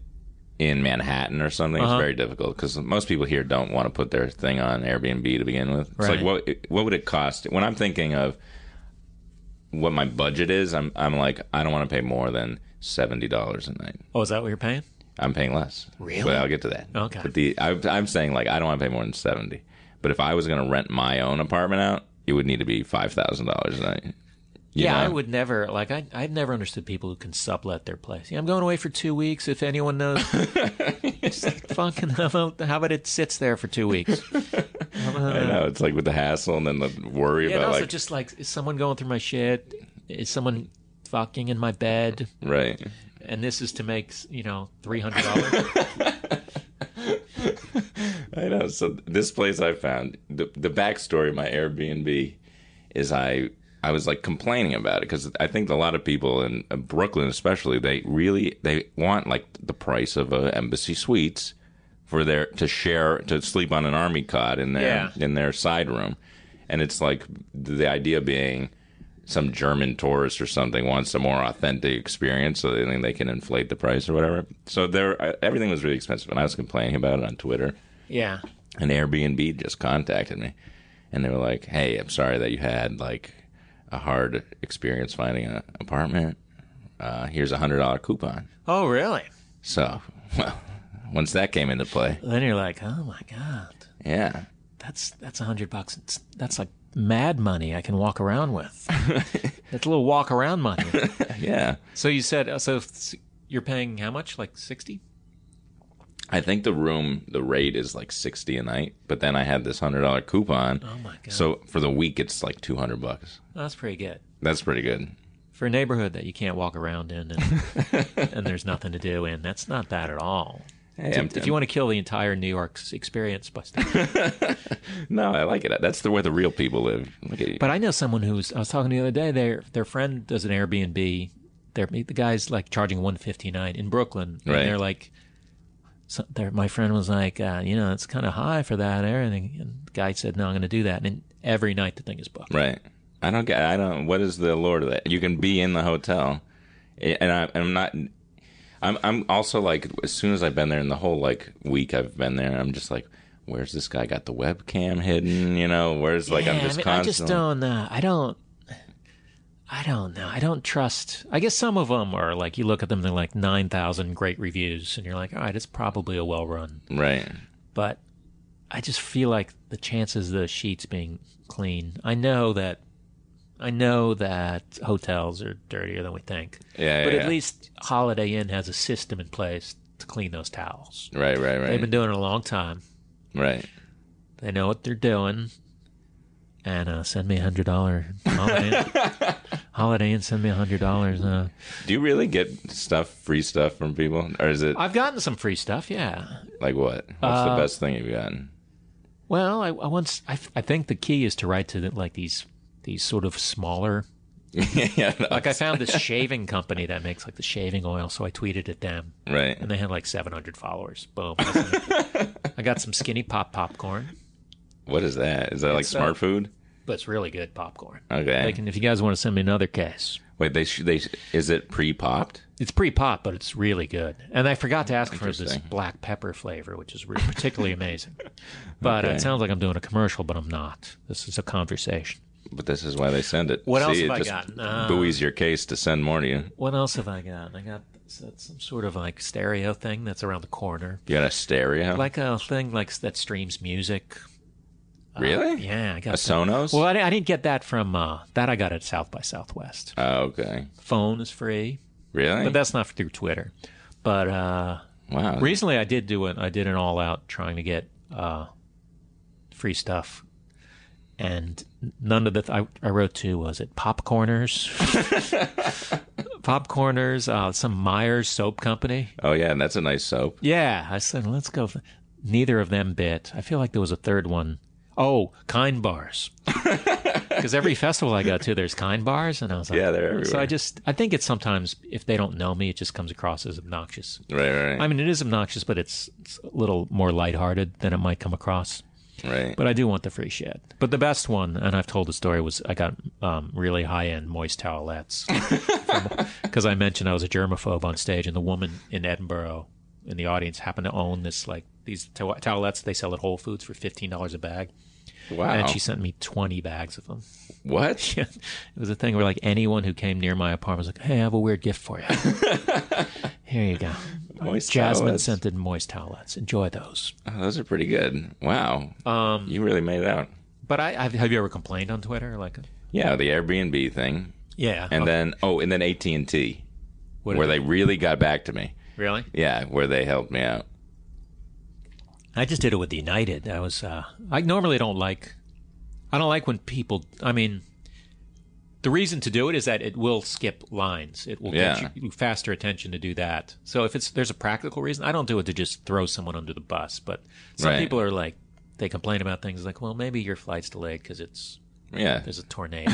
Speaker 3: in Manhattan or something, it's very difficult because most people here don't want to put their thing on Airbnb to begin with. It's
Speaker 4: Right.
Speaker 3: like what what would it cost when I'm thinking of what my budget is? I'm I'm like, I don't want to pay more than seventy dollars a night.
Speaker 4: Oh, is that what you're paying?
Speaker 3: I'm paying less.
Speaker 4: Really?
Speaker 3: But I'll get to that.
Speaker 4: Okay.
Speaker 3: But the I, I'm saying like I don't want to pay more than seventy. But if I was going to rent my own apartment out, it would need to be five thousand dollars a night. You
Speaker 4: yeah, I
Speaker 3: know?
Speaker 4: would never like. I I've never understood people who can sublet their place. Yeah, I'm going away for two weeks. If anyone <laughs> knows, It's like, fucking <laughs> how about how about it sits there for two weeks?
Speaker 3: I know it's like with the hassle and then the worry
Speaker 4: uh, Yeah, and
Speaker 3: about
Speaker 4: also
Speaker 3: like
Speaker 4: just like is someone going through my shit? Is someone fucking in my bed?
Speaker 3: right.
Speaker 4: And this is to make you know three hundred dollars.
Speaker 3: I know. So this place I found the the backstory of my Airbnb is I I was like complaining about it because I think a lot of people in uh, Brooklyn, especially, they really they want like the price of a Embassy Suites for their to share to sleep on an army cot in their in their side room, and it's like the idea being some German tourist or something wants a more authentic experience, so they think they can inflate the price or whatever. So there, I- everything was really expensive, and I was complaining about it on Twitter
Speaker 4: <laughs> yeah,
Speaker 3: and Airbnb just contacted me, and they were like, "Hey, I'm sorry that you had like a hard experience finding an apartment. Uh, here's a hundred dollar coupon."
Speaker 4: Oh, really?
Speaker 3: So, <laughs> well, once that came into play,
Speaker 4: Then you're like, oh my god,
Speaker 3: yeah,
Speaker 4: that's that's a hundred bucks. It's, that's like mad money I can walk around with. that's a little walk around money.
Speaker 3: yeah.
Speaker 4: so you said uh, so s- you're paying how much? Like sixty?
Speaker 3: I think the room, the rate is like sixty a night, but then I had this hundred dollar coupon.
Speaker 4: Oh my god,
Speaker 3: So for the week, it's like two hundred bucks.
Speaker 4: that's pretty good
Speaker 3: That's pretty good.
Speaker 4: for a neighborhood that you can't walk around in and, and there's nothing to do in. That's not bad at all.
Speaker 3: Hey,
Speaker 4: If-
Speaker 3: I'm-
Speaker 4: um, if you want to kill the entire New York's experience by staying
Speaker 3: no, I like it. That's the where the real people live. Look at you.
Speaker 4: But I know someone who's I was talking to the other day. Their their friend does an Airbnb. Their the guy's like charging one fifty nine in Brooklyn, and
Speaker 3: Right.
Speaker 4: they're like, so their, my friend was like, uh, you know, it's kind of high for that air. And, and the guy said, no, I'm going to do that. And every night the thing is booked.
Speaker 3: Right. I don't get. I don't. What is the allure to that? You can be in the hotel, and I, I'm not. I'm. I'm also like as soon as I've been there, and the whole like week I've been there, I'm just like, where's this guy got the webcam hidden? You know, where's like I'm
Speaker 4: Yeah,
Speaker 3: just
Speaker 4: I, mean, I just
Speaker 3: constantly.
Speaker 4: don't. Uh, I don't. I don't know. I don't trust. I guess some of them are like you look at them. They're like nine thousand great reviews, and you're like, all right, it's probably a well run.
Speaker 3: Right.
Speaker 4: but I just feel like the chances of the sheets being clean. I know that I know that hotels are dirtier than we think.
Speaker 3: Yeah,
Speaker 4: But
Speaker 3: yeah,
Speaker 4: at
Speaker 3: yeah.
Speaker 4: least Holiday Inn has a system in place to clean those towels.
Speaker 3: Right. Right. Right.
Speaker 4: They've been doing it a long time.
Speaker 3: right.
Speaker 4: They know what they're doing. And uh, send me a hundred dollar holiday. Inn. holiday Inn, send me a hundred dollars. Uh,
Speaker 3: Do you really get stuff, free stuff from people, or is it
Speaker 4: I've gotten some free stuff. Yeah,
Speaker 3: like what? What's
Speaker 4: uh,
Speaker 3: the best thing you've gotten? <laughs>
Speaker 4: Well, I, I once I, I think the key is to write to the, like these these sort of smaller.
Speaker 3: yeah. no,
Speaker 4: Like I found this shaving company that makes like the shaving oil, so I tweeted at them,
Speaker 3: right.
Speaker 4: and they had like 700 followers. Boom! I was like- I got some skinny pop popcorn,
Speaker 3: What is that? Is that like
Speaker 4: It's, uh,
Speaker 3: smart food?
Speaker 4: but it's really good popcorn.
Speaker 3: Okay.
Speaker 4: They can, if you guys want to send me another case,
Speaker 3: Wait. They. Sh- they. Sh- is it pre-popped?
Speaker 4: it's pre pop, but it's really good. And I forgot to ask for this
Speaker 3: Interesting.
Speaker 4: black pepper flavor, which is really particularly amazing. <laughs> But uh,
Speaker 3: Okay.
Speaker 4: it sounds like I'm doing a commercial, but I'm not. This is a conversation.
Speaker 3: But this is why they send it.
Speaker 4: What
Speaker 3: See,
Speaker 4: else have
Speaker 3: it
Speaker 4: I
Speaker 3: just
Speaker 4: gotten? Uh,
Speaker 3: buoys your case to send more to you.
Speaker 4: What else have I got? I got s- some sort of like stereo thing that's around the corner,
Speaker 3: You got a stereo?
Speaker 4: like a thing like s- that streams music.
Speaker 3: really?
Speaker 4: uh, Yeah, I
Speaker 3: A
Speaker 4: got that.
Speaker 3: Sonos?
Speaker 4: Well, I, di- I didn't get that from uh, that. I got at South by Southwest.
Speaker 3: Oh, okay.
Speaker 4: Phone is free,
Speaker 3: Really?
Speaker 4: but that's not through Twitter. But uh,
Speaker 3: wow.
Speaker 4: recently, I did do an I did an all out trying to get uh, free stuff, and none of the th- I, I wrote to was it
Speaker 3: <laughs>
Speaker 4: Popcorners, Popcorners, uh, some Myers soap company.
Speaker 3: oh yeah, and that's a nice soap.
Speaker 4: Yeah, I said, let's go. For...
Speaker 3: <laughs>
Speaker 4: Neither of them bit. I feel like there was a third one. Oh, kind bars. because every festival I go to, there's kind bars, and I was like,
Speaker 3: Yeah, they're
Speaker 4: So I
Speaker 3: everywhere.
Speaker 4: just, I think it's sometimes if they don't know me, it just comes across as obnoxious.
Speaker 3: Right, right,
Speaker 4: I mean, it is obnoxious, but it's, it's a little more lighthearted than it might come across.
Speaker 3: right.
Speaker 4: But I do want the free shit. But the best one, and I've told the story, was I got um, really high end moist towelettes <laughs> because I mentioned I was a germaphobe on stage, and the woman in Edinburgh in the audience happened to own this like these tow- towelettes they sell at Whole Foods for fifteen dollars a bag,
Speaker 3: wow.
Speaker 4: and she sent me twenty bags of them.
Speaker 3: what?
Speaker 4: <laughs> it was a thing where like anyone who came near my apartment was like, "Hey, I have a weird gift for you. Here you go,
Speaker 3: Moist
Speaker 4: jasmine
Speaker 3: towelettes.
Speaker 4: scented moist towelettes. Enjoy those."
Speaker 3: Oh, those are pretty good. Wow. Um, you really made out.
Speaker 4: But I have, have you ever complained on Twitter like?
Speaker 3: Yeah, the Airbnb thing,
Speaker 4: Yeah,
Speaker 3: and
Speaker 4: okay.
Speaker 3: then oh, and then AT and T,
Speaker 4: What
Speaker 3: where
Speaker 4: did
Speaker 3: they really got back to me.
Speaker 4: Really?
Speaker 3: Yeah, where they helped me out.
Speaker 4: I just did it with United. I was uh I normally don't like I don't like when people I mean the reason to do it is that it will skip lines. It will
Speaker 3: Yeah.
Speaker 4: get you faster attention to do that. So if it's there's a practical reason, I don't do it to just throw someone under the bus, but some
Speaker 3: Right.
Speaker 4: people are like they complain about things like, "Well, maybe your flight's delayed cuz it's
Speaker 3: Yeah,
Speaker 4: there's a tornado." Or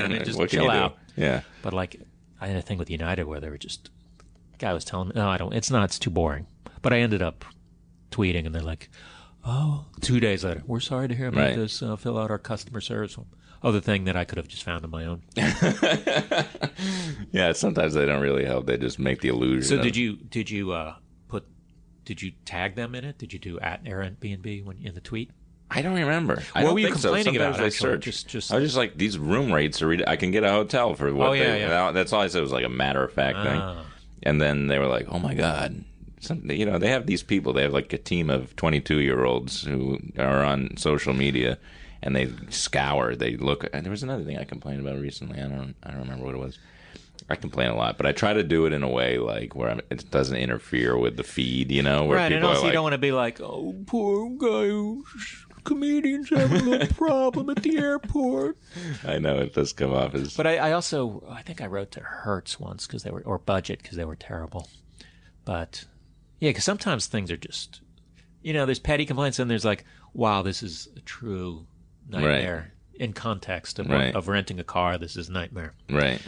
Speaker 3: <laughs>
Speaker 4: I mean, just
Speaker 3: What can
Speaker 4: chill
Speaker 3: you do?
Speaker 4: out.
Speaker 3: Yeah,
Speaker 4: But like, I had a thing with United where they were just guy was telling me, no, I don't. It's not. It's too boring. But I ended up tweeting, and they're like, oh, two days later, we're sorry to hear about
Speaker 3: Right.
Speaker 4: this. Uh, fill out our customer service form. Oh, the thing that I could have just found on my own.
Speaker 3: yeah. Sometimes they don't really help. They just make the illusion.
Speaker 4: So
Speaker 3: of-
Speaker 4: did you did you uh, put did you tag them in it? Did you do at Airbnb when in the tweet?
Speaker 3: I don't remember. I
Speaker 4: What
Speaker 3: don't
Speaker 4: were you
Speaker 3: think so.
Speaker 4: complaining
Speaker 3: Sometimes
Speaker 4: about,
Speaker 3: I
Speaker 4: actually?
Speaker 3: search.
Speaker 4: Just- just-
Speaker 3: I was just like these room rates are. Re- I can get a hotel for what
Speaker 4: Oh, yeah, Ah.
Speaker 3: they.
Speaker 4: yeah.
Speaker 3: That's all I said was like a matter of fact thing. And then they were like, "Oh my god." Some, you know, they have these people. They have like a team of twenty-two-year-olds who are on social media, and they scour. They look. And there was another thing I complained about recently. I don't. I don't remember what it was. I complain a lot, but I try to do it in a way like where I'm, it doesn't interfere with the feed. You know, where
Speaker 4: right, and
Speaker 3: people
Speaker 4: also
Speaker 3: are
Speaker 4: you
Speaker 3: like,
Speaker 4: don't want to be like, oh, poor guy, comedians having <laughs> a little problem at the airport.
Speaker 3: I know it does come off as
Speaker 4: But I, I also, I think I wrote to Hertz once because they were, or Budget because they were terrible. But yeah, because sometimes things are just, you know, there's petty complaints and there's like, wow, this is a true nightmare in context of,
Speaker 3: Right.
Speaker 4: of renting a car. This is a nightmare.
Speaker 3: right.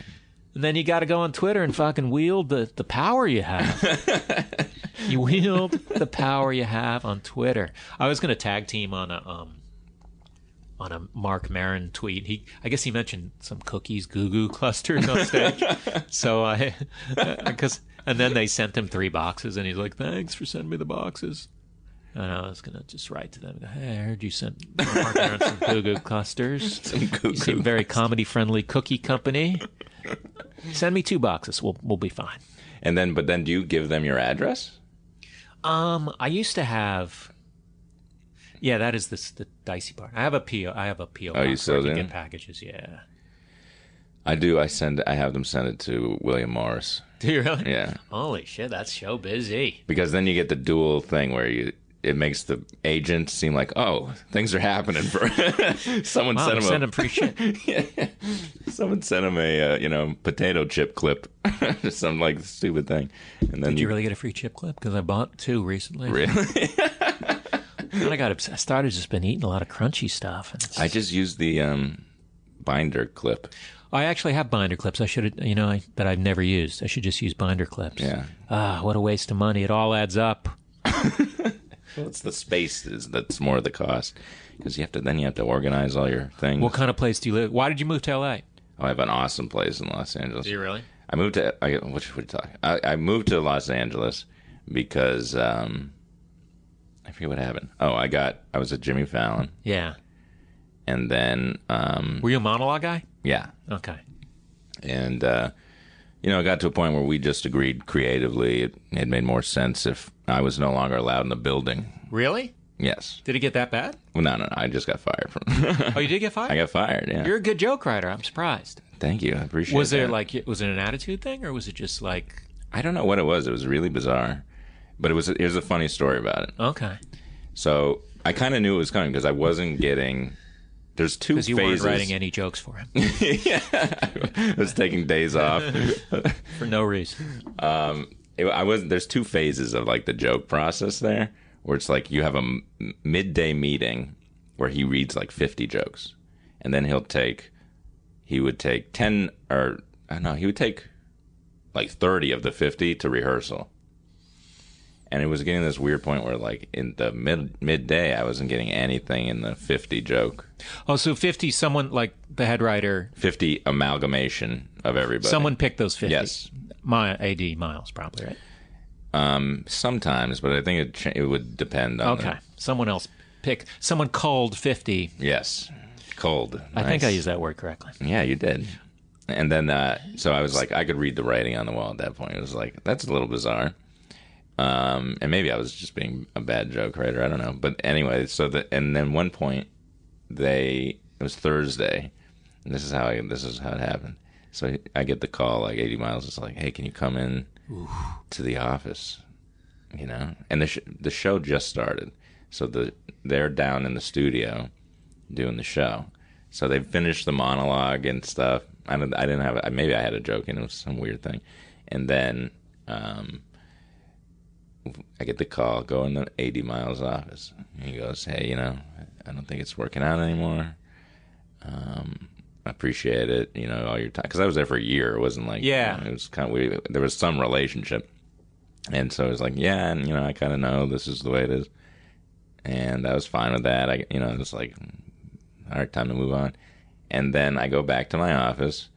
Speaker 4: And then you got to go on Twitter and fucking wield the, the power you have. you wield the power you have on Twitter. I was going to tag team on a um on a Mark Marin tweet. He I guess he mentioned some cookies goo goo clusters on stage. so I <laughs> cuz and then they sent him three boxes and he's like, "Thanks for sending me the boxes." And I was going to just write to them. and go, Hey, I heard you sent Mark Maron some goo goo clusters. You
Speaker 3: cuckoo.
Speaker 4: seem very comedy friendly cookie company. Send me two boxes. We'll we'll be fine.
Speaker 3: And then, but then, do you give them your address?
Speaker 4: Um, I used to have. Yeah, that is this the dicey part. I have a PO. I have a PO.
Speaker 3: Oh, you
Speaker 4: box where
Speaker 3: still
Speaker 4: I can
Speaker 3: do?
Speaker 4: get packages. Yeah. <laughs>
Speaker 3: I do. I send. I have them send it to William Morris.
Speaker 4: Do you really?
Speaker 3: Yeah,
Speaker 4: Holy shit, that's so busy.
Speaker 3: because then you get the dual thing where you it makes the agent seem like oh things are happening for <laughs> someone
Speaker 4: Wow,
Speaker 3: sent
Speaker 4: they
Speaker 3: him
Speaker 4: send
Speaker 3: a
Speaker 4: them free
Speaker 3: <laughs>
Speaker 4: shit.
Speaker 3: someone sent him a uh, you know potato chip clip <laughs> some like stupid thing and then
Speaker 4: Did you really get a free chip clip? Because I bought two
Speaker 3: <laughs>
Speaker 4: recently.
Speaker 3: really
Speaker 4: And I got obsessed. I started just been eating a lot of crunchy stuff. And it's-
Speaker 3: I just used the um, binder clip
Speaker 4: I actually have binder clips. I should, have you know, I, that I've never used. I should just use binder clips.
Speaker 3: Yeah.
Speaker 4: Ah, what a waste of money. It all adds up.
Speaker 3: it's the space is that's more the cost because you have to then you have to organize all your things Oh,
Speaker 4: What kind of place do you live? Why did you move to LA?
Speaker 3: I have an awesome place in Los Angeles
Speaker 4: really?
Speaker 3: I moved to I, what should we talk? I, I moved to Los Angeles because um, I forget what happened. Oh, I got I was at Jimmy Fallon,
Speaker 4: Yeah.
Speaker 3: and then um,
Speaker 4: Were you a monologue guy?
Speaker 3: yeah,
Speaker 4: Okay.
Speaker 3: and uh, you know, it got to a point where we just agreed creatively. It, it made more sense if I was no longer allowed in the building.
Speaker 4: Really?
Speaker 3: Yes,
Speaker 4: Did it get that bad?
Speaker 3: well, no, no, no I just got fired from.
Speaker 4: <laughs>
Speaker 3: <laughs>
Speaker 4: Oh, you did get fired?
Speaker 3: I got fired. Yeah,
Speaker 4: You're a good joke writer. I'm surprised.
Speaker 3: thank you. I appreciate.
Speaker 4: Was there
Speaker 3: that.
Speaker 4: like, was it an attitude thing or was it just like,
Speaker 3: I don't know what it was. It was really bizarre, but it was. Here's a funny story about it.
Speaker 4: okay.
Speaker 3: So I kind of knew it was coming because I wasn't getting. There's two
Speaker 4: Because you
Speaker 3: phases.
Speaker 4: weren't writing any jokes for him
Speaker 3: <laughs> I was taking days off.
Speaker 4: <laughs> for no reason.
Speaker 3: It- I was. There's two phases of like the joke process there, where it's like you have a m- midday meeting where he reads like 50 jokes, and then he'll take he would take 10 or I don't know, he would take like 30 of the 50 to rehearsal. And it was getting this weird point where like in the mid midday I wasn't getting anything in the 50 joke.
Speaker 4: Oh, so 50, someone like the head writer,
Speaker 3: 50 amalgamation of everybody.
Speaker 4: someone picked those 50.
Speaker 3: Yes.
Speaker 4: My AD Miles, probably, right?
Speaker 3: um sometimes, but I think it cha- it would depend on the-
Speaker 4: Okay. Someone else picked, someone called 50.
Speaker 3: Yes. Cold.
Speaker 4: I think
Speaker 3: Nice.
Speaker 4: I
Speaker 3: Hmm.
Speaker 4: used that word correctly.
Speaker 3: Yeah, you did. And then, uh, so I was like, I could read the writing on the wall at that point. It was like, that's a little bizarre. Um, and maybe I was just being a bad joke writer. I don't know. But anyway, so the and then one point they it was Thursday, and this is how I, this is how it happened. So I get the call like 80 miles. It's like, hey, can you come in to the office? You know, and the sh- the show just started, so the they're down in the studio doing the show. So they finished the monologue and stuff. I don't, I didn't have I- maybe I had a joke and it was some weird thing, and then um, I get the call. Go in the AD Miles office. And he goes, "Hey, you know, I don't think it's working out anymore. Um, I appreciate it. You know, all your time because I was there for a year. It wasn't like
Speaker 4: Yeah.
Speaker 3: you know, it was kind of we there was some relationship, and so it was like yeah, and you know, I kind of know this is the way it is, and I was fine with that. I you know, it's like all right, time to move on. And then I go back to my office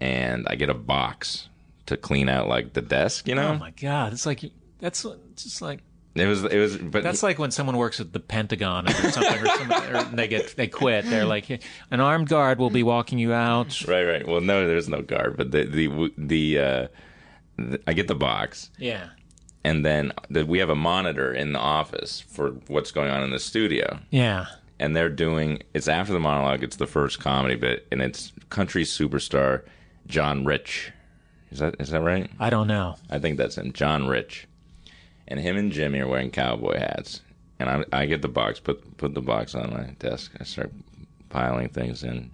Speaker 3: and I get a box to clean out like the desk, you know?
Speaker 4: Oh my God. It's like, that's just like,
Speaker 3: it was it was but
Speaker 4: That's like when someone works at the Pentagon or something, or, some, or they get they quit. They're like, an armed guard will be walking you out.
Speaker 3: right right. Well, no, there's no guard, but the the the uh the, I get the box
Speaker 4: Yeah,
Speaker 3: and then the, we have a monitor in the office for what's going on in the studio.
Speaker 4: yeah.
Speaker 3: and they're doing it's after the monologue it's the first comedy bit and it's country superstar john rich is that is that right
Speaker 4: I don't know.
Speaker 3: i think that's him john rich and him and jimmy are wearing cowboy hats and i, I get the box put put the box on my desk i start piling things in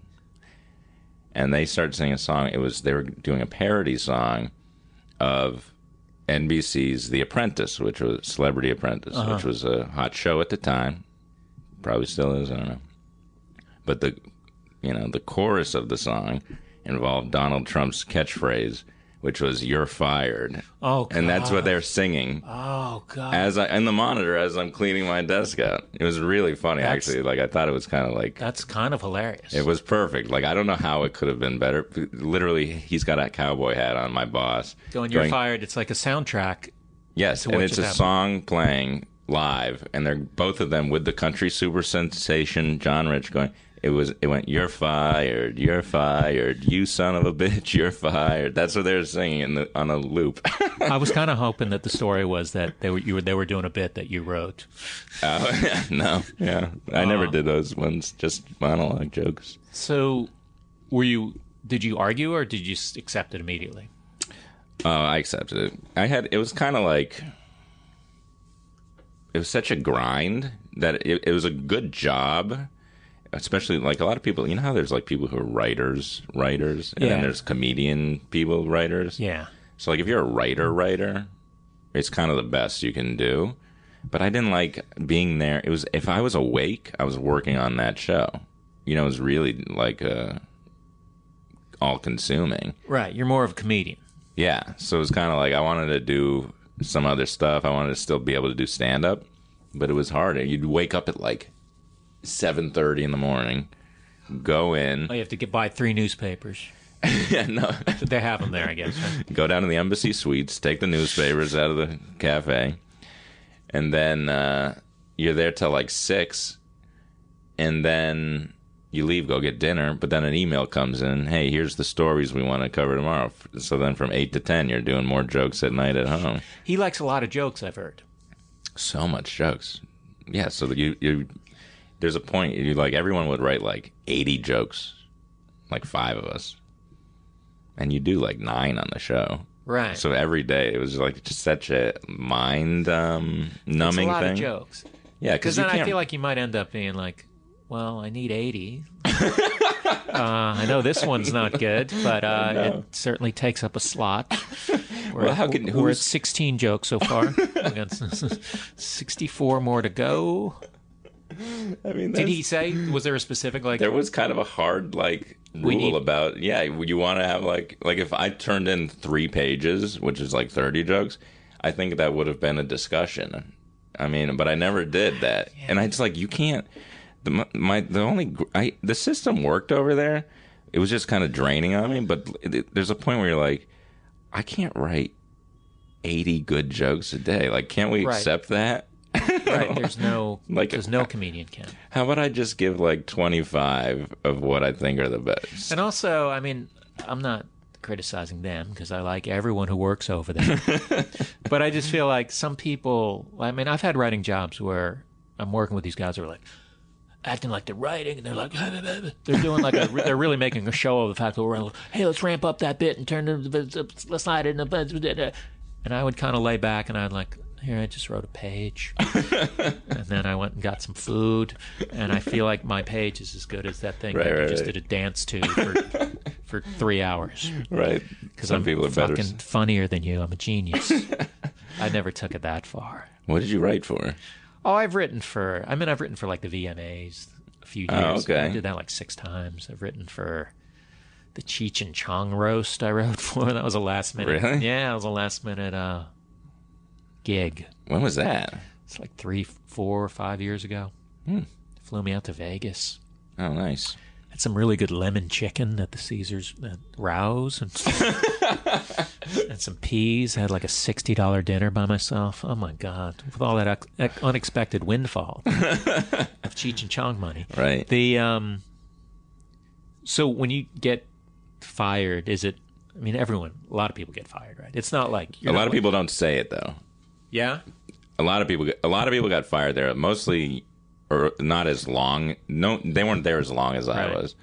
Speaker 3: and they start singing a song it was they were doing a parody song of NBC's The Apprentice, which was Celebrity Apprentice, which was a hot show at the time. Probably still is, I don't know. But the you know, the chorus of the song involved Donald Trump's catchphrase, which was "You're fired,"
Speaker 4: Oh, God.
Speaker 3: and that's what they're singing
Speaker 4: Oh God.
Speaker 3: as I in the monitor as I'm cleaning my desk out. It was really funny,
Speaker 4: That's-
Speaker 3: actually. Like I thought it was kind of like
Speaker 4: That's kind of hilarious.
Speaker 3: it was perfect. Like I don't know how it could have been better. Literally, he's got a cowboy hat on. My boss
Speaker 4: going, you're fired. It's like a soundtrack.
Speaker 3: Yes, and
Speaker 4: what
Speaker 3: it's
Speaker 4: just
Speaker 3: a
Speaker 4: happened.
Speaker 3: song playing live, and they're both of them with the country super sensation John Rich going. It was. It went. You're fired. You're fired. You son of a bitch. You're fired. That's what they're singing in the, on a loop. <laughs>
Speaker 4: I was kind of hoping that the story was that they were you were they were doing a bit that you wrote.
Speaker 3: <laughs> no, Uh, yeah, I never did those ones. Just monologue jokes.
Speaker 4: So, were you? Did you argue or did you just accept it immediately?
Speaker 3: Oh, I accepted it. I had it was kind of like it was such a grind that it, it was a good job. Especially like a lot of people, you know how there's like people who are writers, writers, and then
Speaker 4: Yeah.
Speaker 3: there's comedian people, writers.
Speaker 4: Yeah.
Speaker 3: So like if you're a writer, writer, it's kind of the best you can do. But I didn't like being there. It was if I was awake, I was working on that show. You know, it was really like uh, all consuming.
Speaker 4: Right. You're more of a comedian.
Speaker 3: Yeah. So it was kind of like I wanted to do some other stuff. I wanted to still be able to do stand up, but it was hard. You'd wake up at like 7:30 in the morning, go in.
Speaker 4: Oh, you have to get buy three newspapers.
Speaker 3: <laughs> yeah, no.
Speaker 4: They have them there, I guess. right?
Speaker 3: go down to the embassy suites, take the newspapers out of the cafe, and then uh, you're there till like six, and then you leave, go get dinner. But then an email comes in, hey, here's the stories we want to cover tomorrow. So then from eight to ten, you're doing more jokes at night at home.
Speaker 4: He likes a lot of jokes. I've heard.
Speaker 3: So much jokes, yeah. So that you you there's a point you like everyone would write like eighty jokes, like five of us, and you do like nine on the show.
Speaker 4: Right.
Speaker 3: So every day it was like just such a mind um,
Speaker 4: it's a
Speaker 3: numbing
Speaker 4: lot
Speaker 3: thing.
Speaker 4: of jokes.
Speaker 3: Yeah,
Speaker 4: Because
Speaker 3: because
Speaker 4: then I feel like you might end up being like, well, I
Speaker 3: <laughs>
Speaker 4: need 80. uh, I know this one's not good,
Speaker 3: <laughs>
Speaker 4: but uh, it certainly takes up a slot. We're,
Speaker 3: Well, how can-
Speaker 4: we're at
Speaker 3: who's-
Speaker 4: 16 jokes so far. we got s- s- 64 more to go.
Speaker 3: I mean,
Speaker 4: Did
Speaker 3: that's-
Speaker 4: he say? Was there a specific like?
Speaker 3: there was kind of a hard like rule
Speaker 4: need-
Speaker 3: about yeah would you want to have like like if i turned in three pages which is like 30 jokes i think that would have been a discussion i mean but i never did that and i just like you can't the my- my the only gr- i the system worked over there it was just kind of draining on me but it, there's a point where you're like i can't write 80 good jokes a day like can't we
Speaker 4: Right.
Speaker 3: accept that
Speaker 4: Right, there's no
Speaker 3: Like-
Speaker 4: there's no comedian can.
Speaker 3: how about i just give like 25 of what i think are the best
Speaker 4: And also, I mean, I'm not criticizing them because I like everyone who works over there. but I just feel like some people, I mean, I've had writing jobs where I'm working with these guys who are like acting like they're writing and they're like, they're doing like, a, they're really making a show of the fact that we're like, hey, let's ramp up that bit and turn it, let's slide it in the. And I would kind of lay back and I'd like, here, I just wrote
Speaker 3: <laughs>
Speaker 4: a page. and then I went and got some food. And I feel like my page is as good as that thing
Speaker 3: Right,
Speaker 4: that I
Speaker 3: right,
Speaker 4: just
Speaker 3: right.
Speaker 4: did a dance to for, for three
Speaker 3: <laughs>
Speaker 4: hours.
Speaker 3: Right.
Speaker 4: Because
Speaker 3: Some
Speaker 4: I'm
Speaker 3: people are
Speaker 4: fucking
Speaker 3: better.
Speaker 4: funnier than you. I'm
Speaker 3: <laughs>
Speaker 4: a genius. I never took it that far.
Speaker 3: What did you write for?
Speaker 4: Oh, I've written for. I mean, I've written for like the VMAs a few
Speaker 3: Oh,
Speaker 4: years.
Speaker 3: okay.
Speaker 4: I did that like six times. I've written for the Cheech and Chong roast. I wrote <laughs> for that was a last minute.
Speaker 3: Really?
Speaker 4: Yeah, it was a last minute uh, gig.
Speaker 3: When was that?
Speaker 4: It's like three, four, five years ago.
Speaker 3: Hmm.
Speaker 4: Flew me out to Vegas.
Speaker 3: Oh, nice.
Speaker 4: Had some really good lemon chicken at the Caesars at Rouse and,
Speaker 3: <laughs>
Speaker 4: and some peas. Had like a sixty dollar dinner by myself. Oh my god! With all that ex- ex-
Speaker 3: <laughs>
Speaker 4: unexpected windfall of Cheech and Chong money,
Speaker 3: Right.
Speaker 4: The um. So when you get fired, is it? I mean, everyone. A lot of people get fired, right? It's not like
Speaker 3: a lot of people don't say it though.
Speaker 4: Yeah.
Speaker 3: A lot of people. A lot of people got fired there. Mostly, or not as long. No, they weren't there as long as I
Speaker 4: Right.
Speaker 3: was.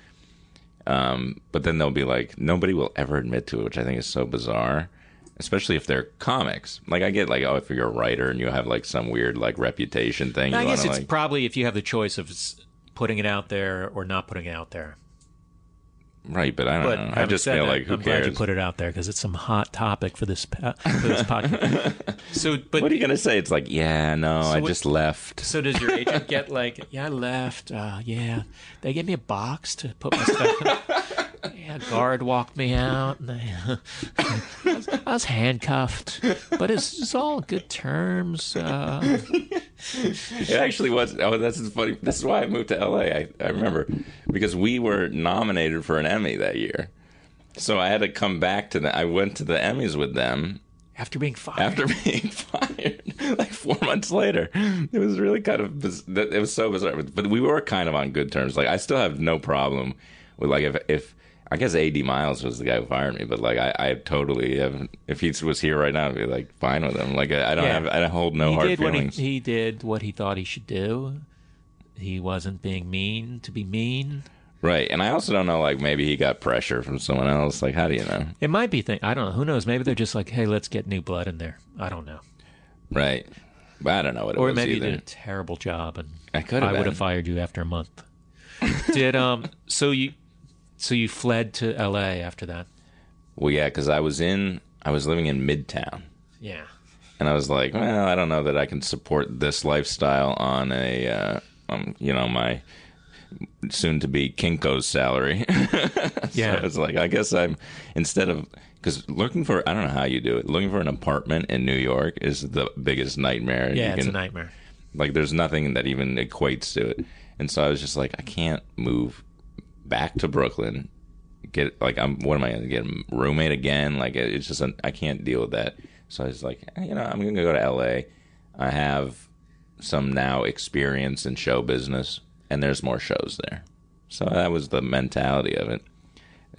Speaker 3: Um, but then they'll be like, nobody will ever admit to it, which I think is so bizarre. Especially if they're comics. Like I get like, oh, if you're a writer and you have like some weird like reputation thing,
Speaker 4: I
Speaker 3: you
Speaker 4: guess
Speaker 3: wanna,
Speaker 4: it's
Speaker 3: like-
Speaker 4: probably if you have the choice of s- putting it out there or not putting it out there.
Speaker 3: right. But I don't
Speaker 4: But
Speaker 3: know. I
Speaker 4: having
Speaker 3: just
Speaker 4: said
Speaker 3: feel
Speaker 4: that,
Speaker 3: like who
Speaker 4: I'm
Speaker 3: cares?
Speaker 4: glad you put it out there because it's some hot topic for this pa- <laughs> for this podcast. so, but
Speaker 3: what are you gonna say? It's like, yeah, no, I
Speaker 4: what-
Speaker 3: just left.
Speaker 4: so does your agent get like, yeah, I left. Uh, yeah, they gave me a box to put my stuff. in. Yeah, guard walked me out, and they, <laughs> I, was, I was handcuffed. But it's, it's all good terms. Uh,
Speaker 3: It actually was. Oh, this is funny. This is why I moved to LA. I, I remember because we were nominated for an Emmy that year. So I had to come back to the. I went to the Emmys with them
Speaker 4: after being fired,
Speaker 3: after <laughs> being fired, like four months later. It was really kind of. biz- It was so bizarre, but but we were kind of on good terms. Like I still have no problem with like if if I guess Ad Miles was the guy who fired me, but like I, I totally have. If he was here right now, I'd be like fine with him. Like I, I don't
Speaker 4: Yeah.
Speaker 3: have. I hold no
Speaker 4: he
Speaker 3: hard
Speaker 4: did
Speaker 3: feelings.
Speaker 4: what he, he did what he thought he should do. He wasn't being mean to be mean.
Speaker 3: Right. And I also don't know, like, maybe he got pressure from someone else. Like, how do you know?
Speaker 4: It might be thing. I don't know. Who knows? Maybe they're just like, hey, let's get new blood in there. I don't know.
Speaker 3: Right. But I don't know what it
Speaker 4: Or
Speaker 3: was
Speaker 4: maybe
Speaker 3: either.
Speaker 4: you did a terrible job, and
Speaker 3: I could have
Speaker 4: I would
Speaker 3: been.
Speaker 4: have fired you after a <laughs> month. did um? So you, so you fled to L.A. after that?
Speaker 3: Well, yeah, because I was in, I was living in Midtown.
Speaker 4: Yeah.
Speaker 3: And I was like, well, I don't know that I can support this lifestyle on a, uh, um, you know, my soon to be Kinko's salary. <laughs>
Speaker 4: Yeah.
Speaker 3: I was like, I guess I'm, instead of, because looking for, I don't know how you do it, looking for an apartment in New York is the biggest nightmare.
Speaker 4: yeah.
Speaker 3: you
Speaker 4: It's a
Speaker 3: can-
Speaker 4: nightmare.
Speaker 3: Like there's nothing that even equates to it. And so I was just like, I can't move back to Brooklyn. Get like I'm. What am I gonna get a roommate again? Like it- it's just an, I can't deal with that. So I was like, eh, you know, I'm gonna go to L.A. I have some now experience in show business, and there's more shows there. So that was the mentality of it.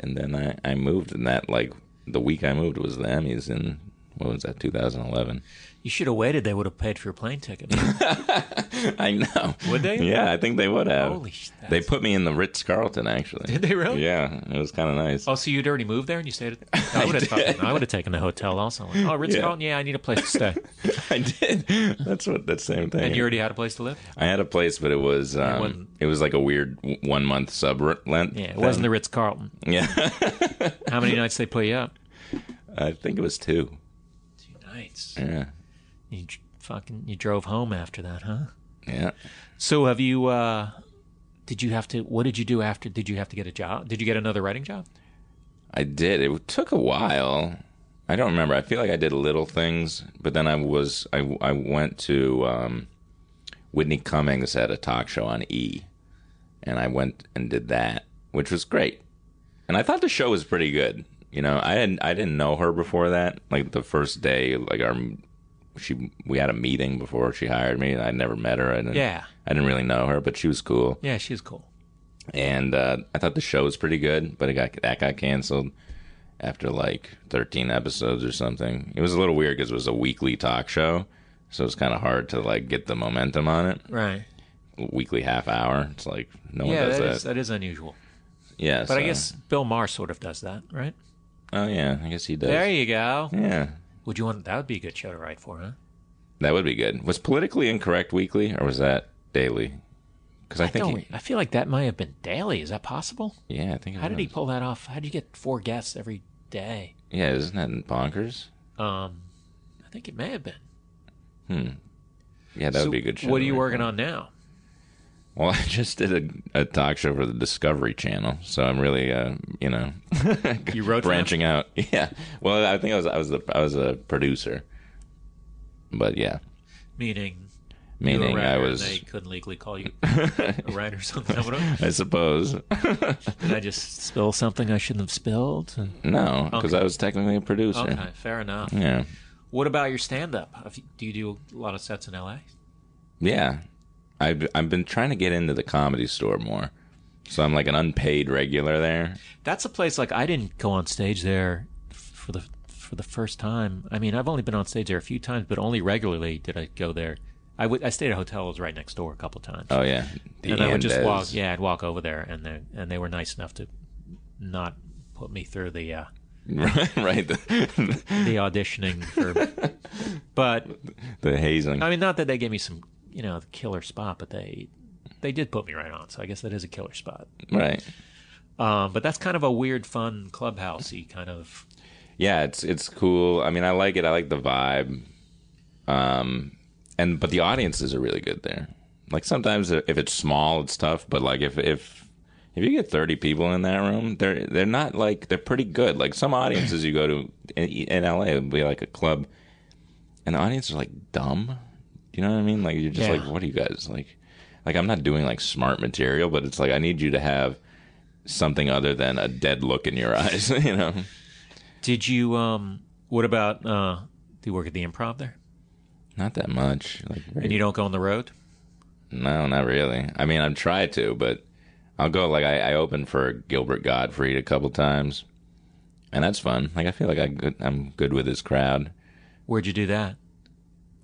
Speaker 3: And then I, I moved, and that like the week I moved was the Emmys in what was that 2011.
Speaker 4: You should have waited. They would have paid for your plane <laughs> ticket.
Speaker 3: I know.
Speaker 4: Would they?
Speaker 3: Yeah, I think they would have.
Speaker 4: Holy sh-
Speaker 3: They put me in the Ritz Carlton actually.
Speaker 4: Did they really?
Speaker 3: Yeah, it was kind of nice.
Speaker 4: Oh, so you'd already moved there and you stayed at. I would have.
Speaker 3: did.
Speaker 4: fucking- I would have taken the hotel also. Like, oh, Ritz Carlton. Yeah, I need a place to <laughs> stay.
Speaker 3: <laughs> I did. That's what that same thing.
Speaker 4: And you already had a place to live.
Speaker 3: I had a place, but it was um,
Speaker 4: wasn't-
Speaker 3: it, was like a weird one month sub rent.
Speaker 4: Yeah, it wasn't the Ritz Carlton.
Speaker 3: <laughs> Yeah,
Speaker 4: How <laughs> many nights they put you up?
Speaker 3: I think it was two.
Speaker 4: Two nights.
Speaker 3: Yeah.
Speaker 4: You dr- fucking you drove home after that, huh?
Speaker 3: Yeah.
Speaker 4: So have you? uh Did you have to? What did you do after? Did you have to get a job? Did you get another writing job?
Speaker 3: I did. It took a while. I don't remember. I feel like I did little things, but then I was I I went to um, Whitney Cummings had a talk show on E, and I went and did that, which was great. And I thought the show was pretty good. You know, I didn't I didn't know her before that. Like the first day, like our she we had a meeting before she hired me, and I never met her. I didn't,
Speaker 4: Yeah.
Speaker 3: I didn't really know her, but she was cool
Speaker 4: Yeah, she's cool.
Speaker 3: and uh, I thought the show was pretty good, but it got that got canceled after like 13 episodes or something. It was a little weird because it was a weekly talk show, so it's kind of hard to like get the momentum on it.
Speaker 4: Right.
Speaker 3: Weekly half hour, it's like no one
Speaker 4: yeah,
Speaker 3: does
Speaker 4: that
Speaker 3: that.
Speaker 4: is, that is unusual.
Speaker 3: yeah,
Speaker 4: But I guess Bill Maher sort of does that, right?
Speaker 3: oh yeah, I guess he does.
Speaker 4: There you go.
Speaker 3: yeah,
Speaker 4: Would you want that would be a good show to write for, huh?
Speaker 3: that would be good. Was politically incorrect weekly or was that daily? Because I,
Speaker 4: I
Speaker 3: think
Speaker 4: don't.
Speaker 3: he-
Speaker 4: I feel like that might have been daily. Is that possible?
Speaker 3: yeah, I think it
Speaker 4: How did he
Speaker 3: was.
Speaker 4: pull that off? How did you get four guests every day?
Speaker 3: Yeah, isn't that bonkers?
Speaker 4: Um, I think it may have been.
Speaker 3: Yeah, that
Speaker 4: So
Speaker 3: would be a good show.
Speaker 4: What are
Speaker 3: to
Speaker 4: you
Speaker 3: write
Speaker 4: working
Speaker 3: for.
Speaker 4: on now?
Speaker 3: Well, <laughs> I just did a, a talk show for the Discovery Channel, so I'm really, uh, you know,
Speaker 4: You wrote for them?
Speaker 3: branching out. <laughs> Yeah. Well, I think I was I was the, I was a producer, but yeah,
Speaker 4: Meaning, you were a
Speaker 3: meaning
Speaker 4: writer
Speaker 3: I
Speaker 4: and
Speaker 3: was,
Speaker 4: They couldn't legally
Speaker 3: <laughs>
Speaker 4: call you a writer or something. I don't know.
Speaker 3: I suppose, <laughs>
Speaker 4: Did I just spill something I shouldn't have spilled?
Speaker 3: no, because
Speaker 4: Okay.
Speaker 3: I was technically a producer.
Speaker 4: Okay, fair enough.
Speaker 3: Yeah,
Speaker 4: What about your stand-up? Do you do a lot of sets in L.A.?
Speaker 3: yeah. I've I've been trying to get into the comedy store more, so I'm like an unpaid regular there.
Speaker 4: That's a place like I didn't go on stage there f- for the for the first time. I mean, I've only been on stage there a few times, but only regularly did I go there. I would I stayed at hotels right next door a couple times,
Speaker 3: Oh uh, yeah, The
Speaker 4: and I would just
Speaker 3: Andes.
Speaker 4: walk. Yeah, I'd walk over there, and they and they were nice enough to not put me through the uh,
Speaker 3: right, <laughs> right. The, <laughs>
Speaker 4: the auditioning for. but
Speaker 3: the hazing.
Speaker 4: I mean, not that they gave me some you know killer spot, but they they did put me right on. So I guess that is a killer spot.
Speaker 3: right.
Speaker 4: Um, but that's kind of a weird, fun clubhousey kind of.
Speaker 3: yeah, it's it's cool. I mean, I like it. I like the vibe. Um, and but the audiences are really good there. Like sometimes if it's small, it's tough. But like if if if you get thirty people in that room, they're they're not like they're pretty good. Like some audiences you go to in, in LA it would be like a club, and the audience are like dumb. You know what I mean? Like you're just
Speaker 4: Yeah.
Speaker 3: like, what are you guys like? Like I'm not doing like smart material, but it's like I need you to have something other than a dead look in your <laughs> eyes. You know?
Speaker 4: Did you? Um, what about? Uh, do you work at the improv there?
Speaker 3: Not that much. Like, very-
Speaker 4: And you don't go on the road?
Speaker 3: no, not really. I mean, I've tried to, but I'll go. Like, I, I opened for Gilbert Gottfried a couple times, and that's fun. Like, I feel like I good, I'm good with his crowd.
Speaker 4: Where'd you do that?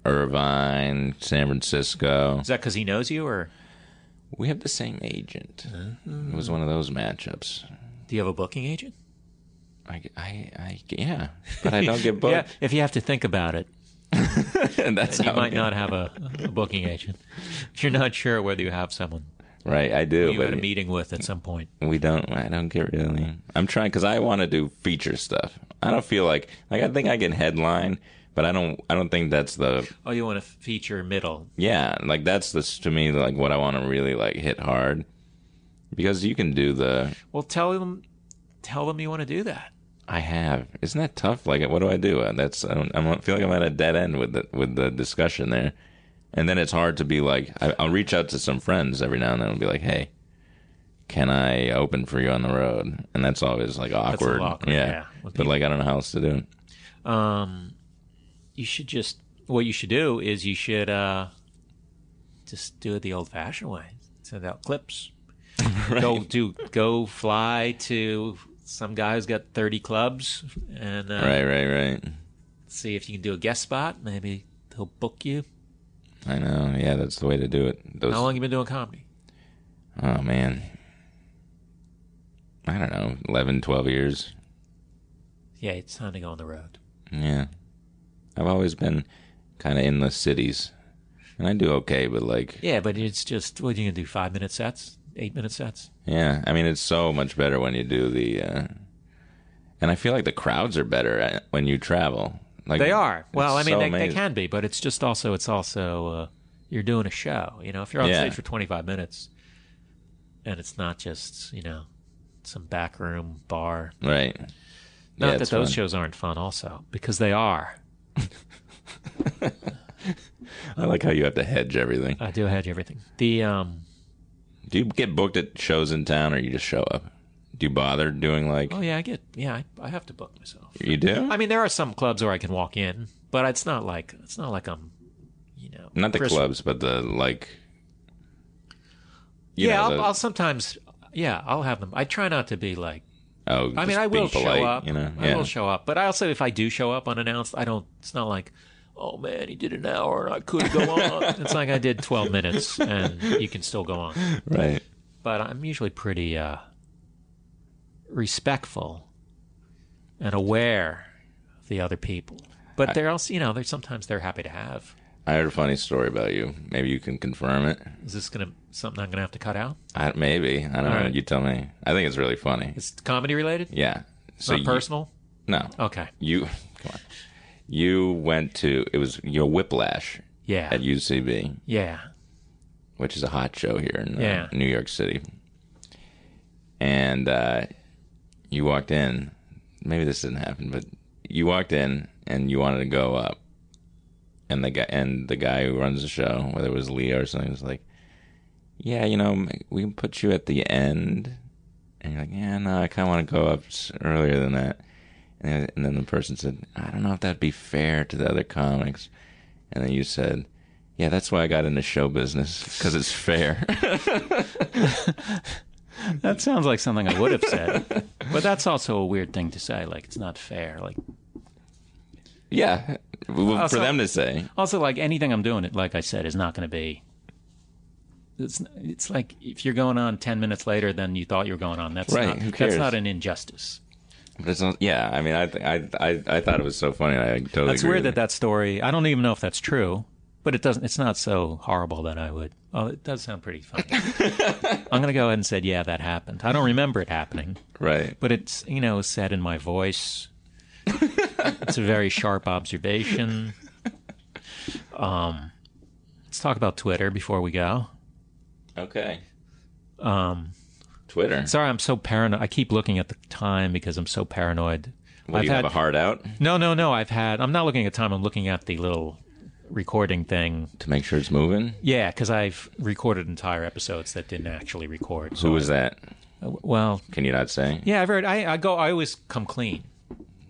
Speaker 3: Irvine, San Francisco.
Speaker 4: Is that because he knows you, or
Speaker 3: We have the same agent.
Speaker 4: Uh-huh.
Speaker 3: It was one of those matchups.
Speaker 4: do you have a booking agent?
Speaker 3: I, I, I yeah, but I don't get
Speaker 4: <laughs> yeah.
Speaker 3: booked. <laughs>
Speaker 4: If you have to think about it,
Speaker 3: and that's
Speaker 4: you
Speaker 3: how
Speaker 4: might
Speaker 3: it-
Speaker 4: not have a, a booking agent. <laughs> If you're not sure whether you have someone
Speaker 3: Right, I do,
Speaker 4: you
Speaker 3: but
Speaker 4: had a meeting with at some point.
Speaker 3: We don't. I don't get really. I'm trying because I want to do feature stuff. I don't feel like like I think I can headline, but I don't. I don't think that's the
Speaker 4: Oh, you want to feature middle?
Speaker 3: yeah. Like that's the to me like what I want to really like hit hard because you can do the
Speaker 4: Well, tell them, tell them you want to do that.
Speaker 3: I have. Isn't that tough? Like what do I do? Uh, That's I, don't, I don't feel like I'm at a dead end with the with the discussion there, and then it's hard to be like I, I'll reach out to some friends every now and then and be like, hey. Can I open for you on the road? And that's always like
Speaker 4: a
Speaker 3: awkward.
Speaker 4: little awkward, yeah, with
Speaker 3: But like, I don't know how else to do it.
Speaker 4: um, you should just what you should do is you should uh, just do it the old-fashioned way. Send out clips. Go do go fly to some guy who's got thirty clubs and uh,
Speaker 3: Right, right, right.
Speaker 4: see if you can do a guest spot. Maybe he'll book you.
Speaker 3: I know. Yeah, that's the way to do it. Those,
Speaker 4: How long you been doing comedy?
Speaker 3: Oh man. I don't know, 11, 12 years.
Speaker 4: Yeah, it's time to go on the road.
Speaker 3: Yeah. I've always been kind of in the cities. And I do okay, but like,
Speaker 4: Yeah, but it's just what are you gonna do? Five minute sets, eight minute sets.
Speaker 3: yeah. I mean, it's so much better when you do the. Uh, and I feel like the crowds are better at, when you travel. Like
Speaker 4: They are. Well, I
Speaker 3: it's
Speaker 4: mean,
Speaker 3: so
Speaker 4: they, they
Speaker 3: amazing.
Speaker 4: can be, but it's just also it's also uh,
Speaker 5: you're doing a show. You know, if you're on
Speaker 3: Yeah.
Speaker 5: stage for 25 minutes and it's not just, you know, some back room bar.
Speaker 3: Right.
Speaker 5: Not
Speaker 3: Yeah,
Speaker 5: that
Speaker 3: it's
Speaker 5: those
Speaker 3: fun.
Speaker 5: shows aren't fun also, because they are.
Speaker 3: I like how you have to hedge everything.
Speaker 5: I do hedge everything. The um
Speaker 3: Do you get booked at shows in town, or you just show up? Do you bother doing like
Speaker 5: oh yeah, I get yeah, I, I have to book myself.
Speaker 3: you do?
Speaker 5: I mean, there are some clubs where I can walk in, but it's not like it's not like I'm, you know,
Speaker 3: Not the
Speaker 5: Chris-
Speaker 3: clubs, but the like. you
Speaker 5: Yeah,
Speaker 3: know,
Speaker 5: I'll,
Speaker 3: the-
Speaker 5: I'll sometimes. Yeah, I'll have them. I try not to be like.
Speaker 3: oh,
Speaker 5: I
Speaker 3: just
Speaker 5: mean, I
Speaker 3: being
Speaker 5: will
Speaker 3: polite,
Speaker 5: show up.
Speaker 3: You know,
Speaker 5: I will show up, but I also, if I do show up unannounced, I don't. It's not like, oh man, he did an hour and I could go on.
Speaker 3: <laughs>
Speaker 5: it's like I did twelve minutes and you can still go on.
Speaker 3: right.
Speaker 5: But I'm usually pretty uh, respectful and aware of the other people. But they're also, you know, they're sometimes they're happy to have.
Speaker 3: I heard a funny story about you. Maybe you can confirm it.
Speaker 5: Is this gonna something I'm gonna have to cut out?
Speaker 3: I, maybe I don't know.
Speaker 5: right.
Speaker 3: You tell me. I think it's really funny.
Speaker 5: It's comedy related,
Speaker 3: Yeah.
Speaker 5: It's
Speaker 3: So
Speaker 5: not
Speaker 3: you-
Speaker 5: personal.
Speaker 3: no.
Speaker 5: Okay,
Speaker 3: You come on. You went to it was your Whiplash
Speaker 5: yeah,
Speaker 3: at UCB,
Speaker 5: yeah,
Speaker 3: which is a hot show here in uh,
Speaker 5: Yeah.
Speaker 3: New York City. And uh, you walked in. Maybe this didn't happen, but you walked in and you wanted to go up. And the guy and the guy who runs the show, whether it was Leo or something, was like, "Yeah, you know, we can put you at the end." And you're like, "Yeah, no, I kind of want to go up s- earlier than that." And, and then the person said, "I don't know if that'd be fair to the other comics." And then you said, "Yeah, that's why I got into show business because it's fair." <laughs>
Speaker 4: That sounds like something I would have said, but that's also a weird thing to say. Like it's not fair. Like
Speaker 3: yeah, w- w- for
Speaker 4: Also-
Speaker 3: them to say.
Speaker 4: also like anything I'm doing, it like I said, is not going to be. It's it's like if you're going on ten minutes later than you thought you were going on. That's
Speaker 3: Right,
Speaker 4: Not,
Speaker 3: who
Speaker 4: That's
Speaker 3: cares?
Speaker 4: not an injustice.
Speaker 3: But it's not, yeah, I mean, I, th- I, I, I thought it was so funny. I totally.
Speaker 4: That's
Speaker 3: agree
Speaker 4: weird that
Speaker 3: with
Speaker 4: that story. I don't even know if that's true, but it doesn't. It's not so horrible that I would. Oh, it does sound
Speaker 3: <laughs>
Speaker 4: pretty funny. I'm gonna go ahead and say, yeah, that happened. I don't remember it happening,
Speaker 3: you. right.
Speaker 4: but it's you know said in my voice. it's a very sharp observation. Um, let's talk about Twitter before we go.
Speaker 3: Okay. Um, Twitter. So
Speaker 4: Sorry, I'm so paranoid. I keep looking at the time because I'm so paranoid.
Speaker 3: what, do you
Speaker 4: I've
Speaker 3: have a
Speaker 4: had-
Speaker 3: heart out
Speaker 4: No, no, no. I've had. I'm not looking at time. I'm looking at the little recording thing.
Speaker 3: to make sure it's moving.
Speaker 4: Yeah, because I've recorded entire episodes that didn't actually record.
Speaker 3: Who was that?
Speaker 4: Well,
Speaker 3: Can you not say?
Speaker 4: yeah, I've heard. I, I go. I always come clean.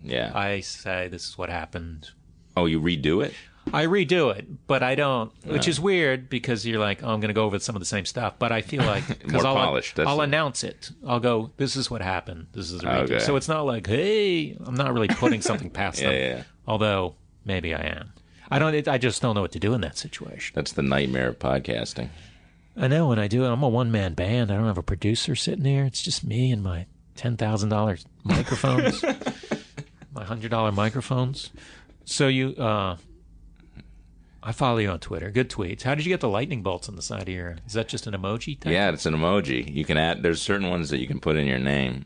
Speaker 3: Yeah.
Speaker 4: I say this is what happened.
Speaker 3: oh, you redo it.
Speaker 4: I redo it, but I don't, which is weird because you're like, oh, I'm going to go over some of the same stuff. But
Speaker 3: <laughs>
Speaker 4: I feel like 'cause
Speaker 3: More
Speaker 4: I'll, uh,
Speaker 3: polished, that's
Speaker 4: I'll
Speaker 3: it.
Speaker 4: announce it. I'll go, this is what happened. This is a redo.
Speaker 3: Okay.
Speaker 4: So it's not like, hey, I'm not really putting something
Speaker 3: <laughs>
Speaker 4: past
Speaker 3: Yeah,
Speaker 4: them.
Speaker 3: yeah, yeah.
Speaker 4: Although maybe I am. I don't. It, I just don't know what to do in that situation.
Speaker 3: That's the nightmare of podcasting.
Speaker 4: I know when I do it, I'm a one man band. I don't have a producer sitting there. It's just me and my ten thousand dollars
Speaker 3: <laughs>
Speaker 4: microphones, my hundred dollar microphones. So you, uh, I follow you on Twitter. Good tweets. How did you get the lightning bolts on the side of your? Is that just an emoji? Type?
Speaker 3: Yeah, it's an emoji. You can add. There's certain ones that you can put in your name.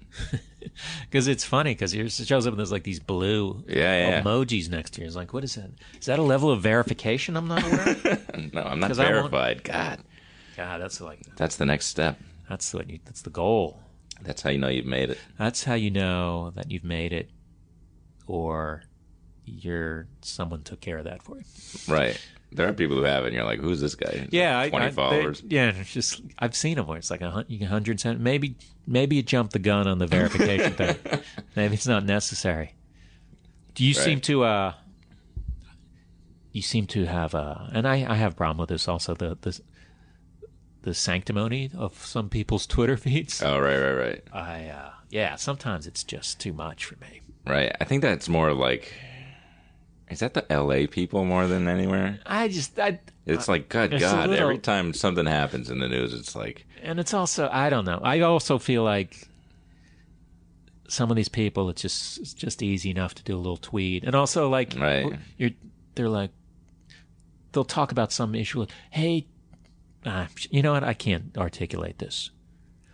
Speaker 4: because it's funny because it shows up and there's like these blue
Speaker 3: Yeah, yeah.
Speaker 4: emojis next to you. It's like, what is that? Is that a level of verification I'm not aware?
Speaker 3: <laughs>
Speaker 4: of?
Speaker 3: No, I'm not
Speaker 4: 'Cause I won't-
Speaker 3: verified. God,
Speaker 4: God, that's like
Speaker 3: that's the next step.
Speaker 4: that's what you, that's the goal.
Speaker 3: That's how you know you've made it.
Speaker 4: That's how you know that you've made it, or you're someone took care of that for you.
Speaker 3: Right. There are people who have it, and you're like, who's this guy? twenty followers.
Speaker 4: yeah, it's just I've seen them where it's like a hun- you can hundred cent. Maybe maybe you jump the gun on the verification
Speaker 3: <laughs>
Speaker 4: thing. Maybe it's not necessary. Do you seem
Speaker 3: Right.
Speaker 4: to uh? You seem to have uh, and I I have a problem with this also the the the sanctimony of some people's Twitter feeds.
Speaker 3: oh, right, right, right.
Speaker 4: I uh, yeah, sometimes it's just too much for me.
Speaker 3: Right. I think that's more like. Is that the LA people more than anywhere?
Speaker 4: I just I
Speaker 3: It's like, God,
Speaker 4: It's a
Speaker 3: God.
Speaker 4: little-
Speaker 3: Every time something happens in the news, it's like,
Speaker 4: And it's also I don't know. I also feel like some of these people it's just it's just easy enough to do a little tweet. And also like
Speaker 3: Right.
Speaker 4: you're they're like they'll talk about some issue like, "Hey, ah, you know what? I can't articulate this."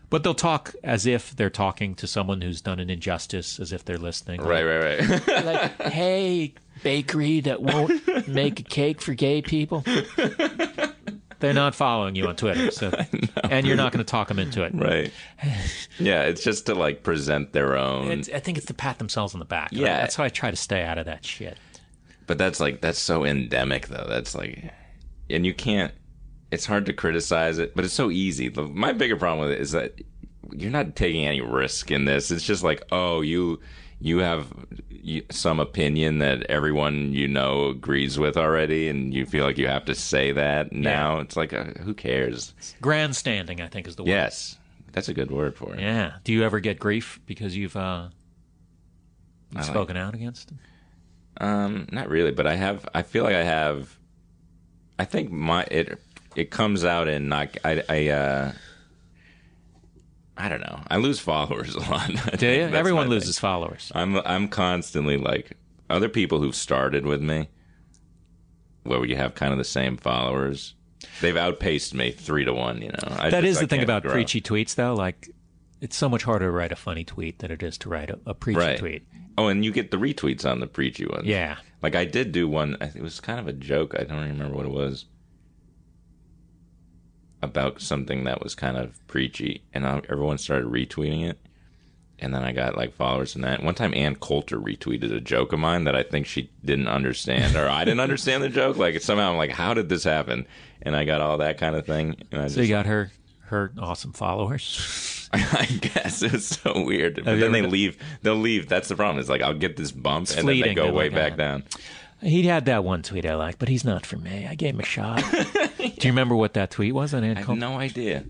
Speaker 4: But they'll talk as if they're talking to someone who's done an injustice, as if they're listening.
Speaker 3: right, right, right. <laughs>
Speaker 4: <laughs> Like, hey, bakery that won't make a cake for gay people. They're not following you on Twitter,
Speaker 3: <laughs>
Speaker 4: so and you're not going to talk them into it. <laughs>
Speaker 3: Right. Yeah, it's just to like present their own.
Speaker 4: It's, I think it's to pat themselves on the back. right?
Speaker 3: Yeah.
Speaker 4: that's why I try to stay out of that shit.
Speaker 3: but that's like that's so endemic though. That's like and you can't it's hard to criticize it, but it's so easy. The- My bigger problem with it is that you're not taking any risk in this. It's just like, "Oh, you you have you- some opinion that everyone you know agrees with already and you feel like you have to say that now." It's like, uh, who cares?
Speaker 4: Grandstanding, I think, is the word.
Speaker 3: Yes. That's a good word for it.
Speaker 4: Yeah. Do you ever get grief because you've uh,
Speaker 3: I like-
Speaker 4: spoken out against them?
Speaker 3: Um, not really, but I have. I feel like I have. I think my it it comes out in not. I I uh. I don't know. I lose followers <laughs> a lot.
Speaker 4: Do you?
Speaker 3: That's
Speaker 4: Everyone
Speaker 3: my
Speaker 4: loses followers.
Speaker 3: thing. I'm I'm constantly like other people who've started with me, where you have kind of the same followers. They've outpaced me three to one. You know. I
Speaker 4: That
Speaker 3: just-
Speaker 4: is
Speaker 3: I
Speaker 4: the thing
Speaker 3: can't
Speaker 4: about
Speaker 3: grow.
Speaker 4: preachy tweets, though. Like, it's so much harder to write a funny tweet than it is to write a, a preachy
Speaker 3: Right.
Speaker 4: tweet.
Speaker 3: Oh, and you get the retweets on the preachy ones.
Speaker 4: Yeah.
Speaker 3: Like I did do one. I- It was kind of a joke. I don't remember what it was about something that was kind of preachy, and I, everyone started retweeting it. And then I got like followers and that. One time, Ann Coulter retweeted a joke of mine that I think she didn't understand, or I didn't understand the joke. Like somehow, I'm like, how did this happen? And I got all that kind of thing. And I
Speaker 4: So you
Speaker 3: just, <laughs>
Speaker 4: got her, her awesome followers. <laughs>
Speaker 3: I guess it was so weird. But
Speaker 4: you
Speaker 3: then they
Speaker 4: ever-
Speaker 3: leave. They'll leave. That's the problem. It's like I'll get this bump, and
Speaker 4: fleeting.
Speaker 3: then they
Speaker 4: They're
Speaker 3: go way
Speaker 4: like,
Speaker 3: back
Speaker 4: "Ah."
Speaker 3: down.
Speaker 4: He had that one tweet I like, but he's not for me. I gave him
Speaker 3: <laughs>
Speaker 4: a shot. Do you remember what that tweet was on Ann
Speaker 3: I have
Speaker 4: Coulter?
Speaker 3: no idea.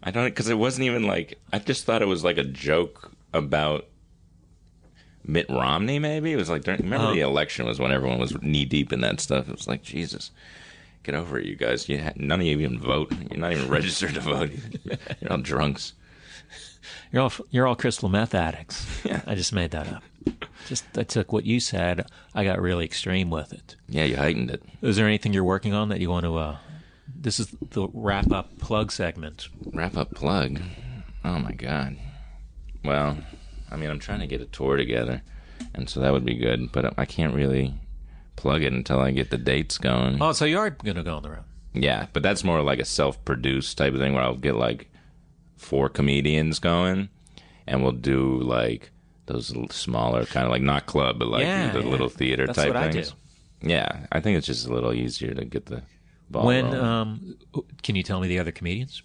Speaker 3: I don't because it wasn't even like I just thought it was like a joke about Mitt Romney. Maybe it was like during, remember the election was when everyone was knee deep in that stuff. It was like Jesus, get over it, you guys. You ha- none of you even vote. You're not even <laughs> registered to vote. You're all drunks.
Speaker 4: You're all you're all crystal meth addicts.
Speaker 3: Yeah.
Speaker 4: I just made
Speaker 3: <laughs>
Speaker 4: that up. Just I took what you said. I got really extreme with it.
Speaker 3: Yeah, you heightened it.
Speaker 4: Is there anything you're working on that you want to? uh This is the wrap up plug segment.
Speaker 3: Wrap up plug. Oh my god. Well, I mean, I'm trying to get a tour together, and so that would be good. But I can't really plug it until I get the dates going.
Speaker 4: Oh, so you are going to go on the road.
Speaker 3: Yeah, but that's more like a self-produced type of thing where I'll get like four comedians going, and we'll do like those l- smaller kind of like not club, but like
Speaker 4: Yeah,
Speaker 3: the
Speaker 4: yeah.
Speaker 3: little theater
Speaker 4: That's
Speaker 3: type
Speaker 4: what I do.
Speaker 3: things. Yeah, I think it's just a little easier to get the ball.
Speaker 4: When
Speaker 3: rolling.
Speaker 4: um, can you tell me the other comedians?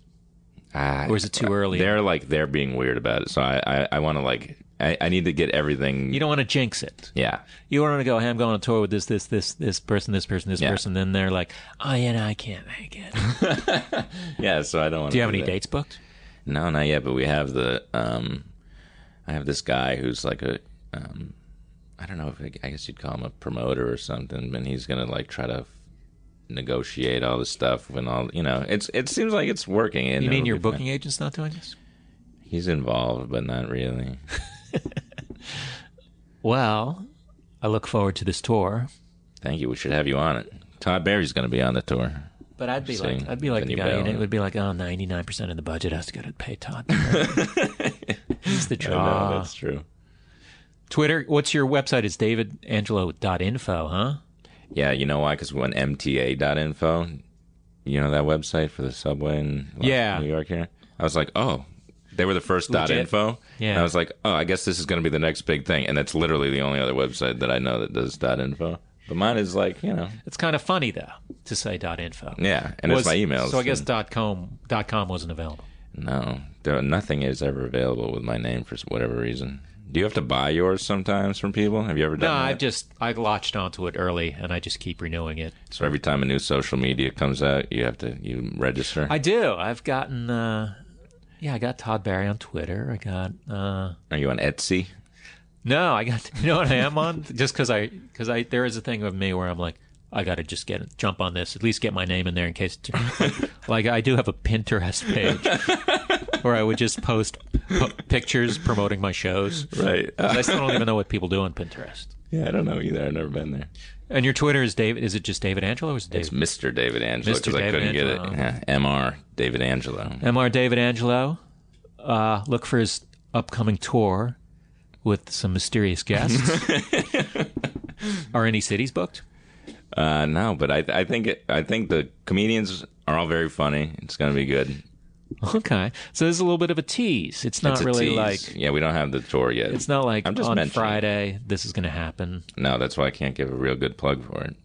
Speaker 3: Ah,
Speaker 4: or is it too early?
Speaker 3: They're like they're being weird about it, so I I, I want to like I, I need to get everything.
Speaker 4: You don't want to jinx it.
Speaker 3: yeah,
Speaker 4: You want to go, hey, I'm going on tour with this, this, this, this person, this person, this
Speaker 3: Yeah.
Speaker 4: person. Then they're like, oh, yeah, no, I can't make it.
Speaker 3: yeah. So I don't. want
Speaker 4: <laughs> Do you have any dates <laughs> booked?
Speaker 3: No, not yet. But we have the um, I have this guy who's like a um, I don't know if I guess you'd call him a promoter or something. But he's gonna like try to negotiate all this stuff when all you know. It's it seems like it's working. and
Speaker 4: You mean
Speaker 3: it'll
Speaker 4: your
Speaker 3: be fine.
Speaker 4: booking agent's not doing this?
Speaker 3: He's involved, but not really.
Speaker 4: Well, I look forward to this tour.
Speaker 3: Thank you. We should have you on it. Todd Barry's gonna be on the tour.
Speaker 4: But I'd be
Speaker 3: Saying,
Speaker 4: like, I'd be like
Speaker 3: then
Speaker 4: the
Speaker 3: you
Speaker 4: guy,
Speaker 3: bail
Speaker 4: and
Speaker 3: on
Speaker 4: it
Speaker 3: it.
Speaker 4: would be like, oh, 99 percent of the budget has to go to pay Todd. <laughs> He's the
Speaker 3: I know,
Speaker 4: draw.
Speaker 3: that's true.
Speaker 4: Twitter. What's your website? Is davidangelo.info, huh?
Speaker 3: Yeah, you know why? Because we went MTA.info. You know that website for the subway in Los-
Speaker 4: Yeah.
Speaker 3: New York here? I was like, oh, they were the first dot
Speaker 4: Legit.
Speaker 3: .info.
Speaker 4: Yeah.
Speaker 3: And I was like, oh, I guess this is going to be the next big thing. And that's literally the only other website that I know that does dot .info. But mine is like, you know,
Speaker 4: It's kind of funny though to say .info.
Speaker 3: yeah. And
Speaker 4: Was-
Speaker 3: it's my emails.
Speaker 4: So I guess dot .com dot .com wasn't available.
Speaker 3: No, there, nothing is ever available with my name for whatever reason. Do you have to buy yours sometimes from people? Have you ever
Speaker 4: No,
Speaker 3: done that?
Speaker 4: I've just I latched onto it early, and I just keep renewing it.
Speaker 3: so every time a new social media comes out, you have to you register.
Speaker 4: I do. I've gotten. Uh, yeah, I got Todd Barry on Twitter. I got. Uh,
Speaker 3: Are you on Etsy?
Speaker 4: No, I got. <laughs> You know what I am on? just because I because I there is a thing of me where I'm like, I got to just get jump on this. At least get my name in there in case. <laughs> like I do have a Pinterest page <laughs> where I would just post po- pictures promoting my shows.
Speaker 3: <laughs>
Speaker 4: 'Cause
Speaker 3: Right.
Speaker 4: I still don't even know what people do on Pinterest.
Speaker 3: Yeah, I don't know either. I've never been there.
Speaker 4: And your Twitter is David. Is it just David Angelo or is it
Speaker 3: It's
Speaker 4: David?
Speaker 3: Mr. David Angelo
Speaker 4: Mr.
Speaker 3: because I
Speaker 4: David
Speaker 3: couldn't
Speaker 4: Angelo.
Speaker 3: get it. Yeah, Mr. David Angelo.
Speaker 4: Mr. David Angelo. Uh, look for his upcoming tour with some mysterious guests.
Speaker 3: <laughs>
Speaker 4: Are any cities booked?
Speaker 3: Uh, no, but I I think it, I think the comedians are all very funny. It's going to be good.
Speaker 4: Okay. So there's a little bit of a tease. It's not
Speaker 3: It's a
Speaker 4: really
Speaker 3: tease.
Speaker 4: like
Speaker 3: yeah, we don't have the tour yet.
Speaker 4: it's not like
Speaker 3: I'm just
Speaker 4: on
Speaker 3: mentioning.
Speaker 4: Friday this is going to happen.
Speaker 3: No, that's why I can't give a real good plug for it.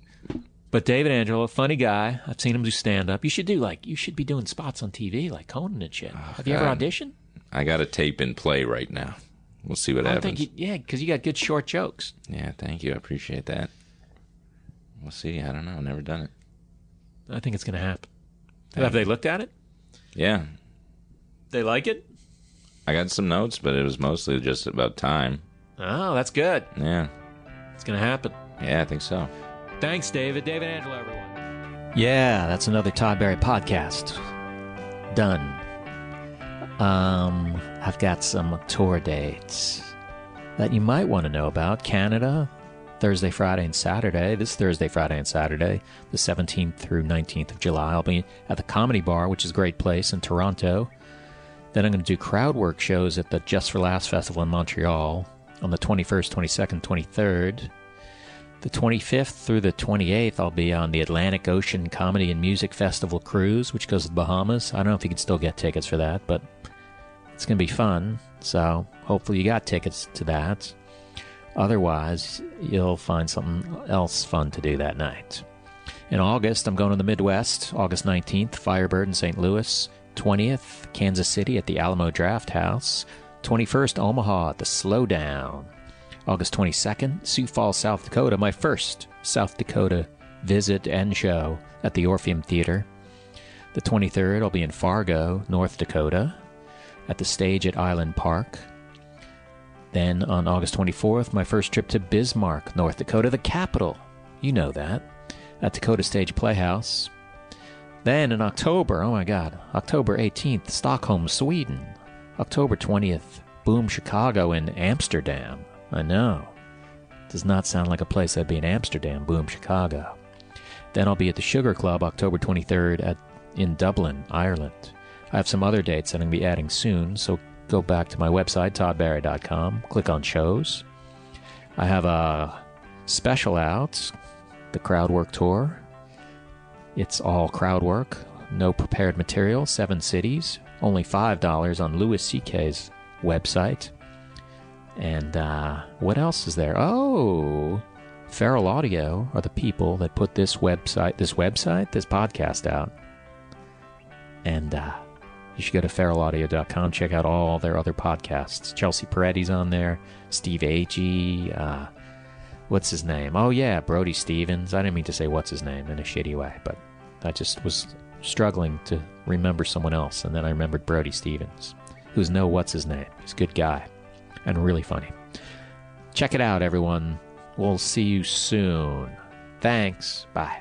Speaker 4: But David Angelo, funny guy. I've seen him do stand up. You should do like you should be doing spots on TV like Conan and shit. Have you ever
Speaker 3: Oh, God.
Speaker 4: auditioned?
Speaker 3: I got a tape in play right now. We'll see what
Speaker 4: I don't
Speaker 3: happens.
Speaker 4: think Oh, you, yeah, because you got good short jokes.
Speaker 3: Yeah, thank you. I appreciate that. We'll see. I don't know. Never done it.
Speaker 4: I think it's going to happen. Have they looked at it?
Speaker 3: Yeah,
Speaker 4: They like it?
Speaker 3: I got some notes, but it was mostly just about time.
Speaker 4: Oh, that's good.
Speaker 3: Yeah,
Speaker 4: It's going to happen.
Speaker 3: yeah, I think so.
Speaker 4: Thanks, David. David Angelo, everyone. Yeah, that's another Todd Berry podcast. Done. Um, I've got some tour dates that you might want to know about. Canada, Thursday, Friday, and Saturday. This Thursday, Friday, and Saturday, the 17th through 19th of July, I'll be at the Comedy Bar, which is a great place in Toronto. Then I'm going to do crowd work shows at the Just for Laughs Festival in Montreal on the 21st, 22nd, 23rd. The 25th through the 28th, I'll be on the Atlantic Ocean Comedy and Music Festival cruise, which goes to the Bahamas. I don't know if you can still get tickets for that, but it's going to be fun. So hopefully you got tickets to that. Otherwise, you'll find something else fun to do that night. In August, I'm going to the Midwest. August 19th, Firebird in St. Louis. 20th, Kansas City at the Alamo Draft House. 21st, Omaha at the Slowdown. August 22nd, Sioux Falls, South Dakota, my first South Dakota visit and show at the Orpheum Theater. The 23rd, I'll be in Fargo, North Dakota, at the stage at Island Park. Then on August 24th, my first trip to Bismarck, North Dakota, the capital. You know that. At Dakota Stage Playhouse. Then in October, oh my God, October 18th, Stockholm, Sweden. October 20th, Boom, Chicago, and Amsterdam. I know. Does not sound like a place I'd be in Amsterdam, Boom, Chicago. Then I'll be at the Sugar Club October 23rd at, in Dublin, Ireland. I have some other dates that I'm going to be adding soon, so go back to my website, toddbarry.com, click on shows. I have a special out, the crowd work tour. It's all crowd work, no prepared material, seven cities, only $5 on Louis C.K.'s website. And uh, what else is there? Oh, Feral Audio are the people that put this website, this website, this podcast out. And uh, you should go to feralaudio.com, check out all their other podcasts. Chelsea Peretti's on there, Steve Agee, uh, what's his name? Oh, yeah, Brody Stevens. I didn't mean to say what's his name in a shitty way, but I just was struggling to remember someone else. And then I remembered Brody Stevens, who's no what's his name. He's a good guy and really funny. Check it out, everyone. We'll see you soon. Thanks. Bye.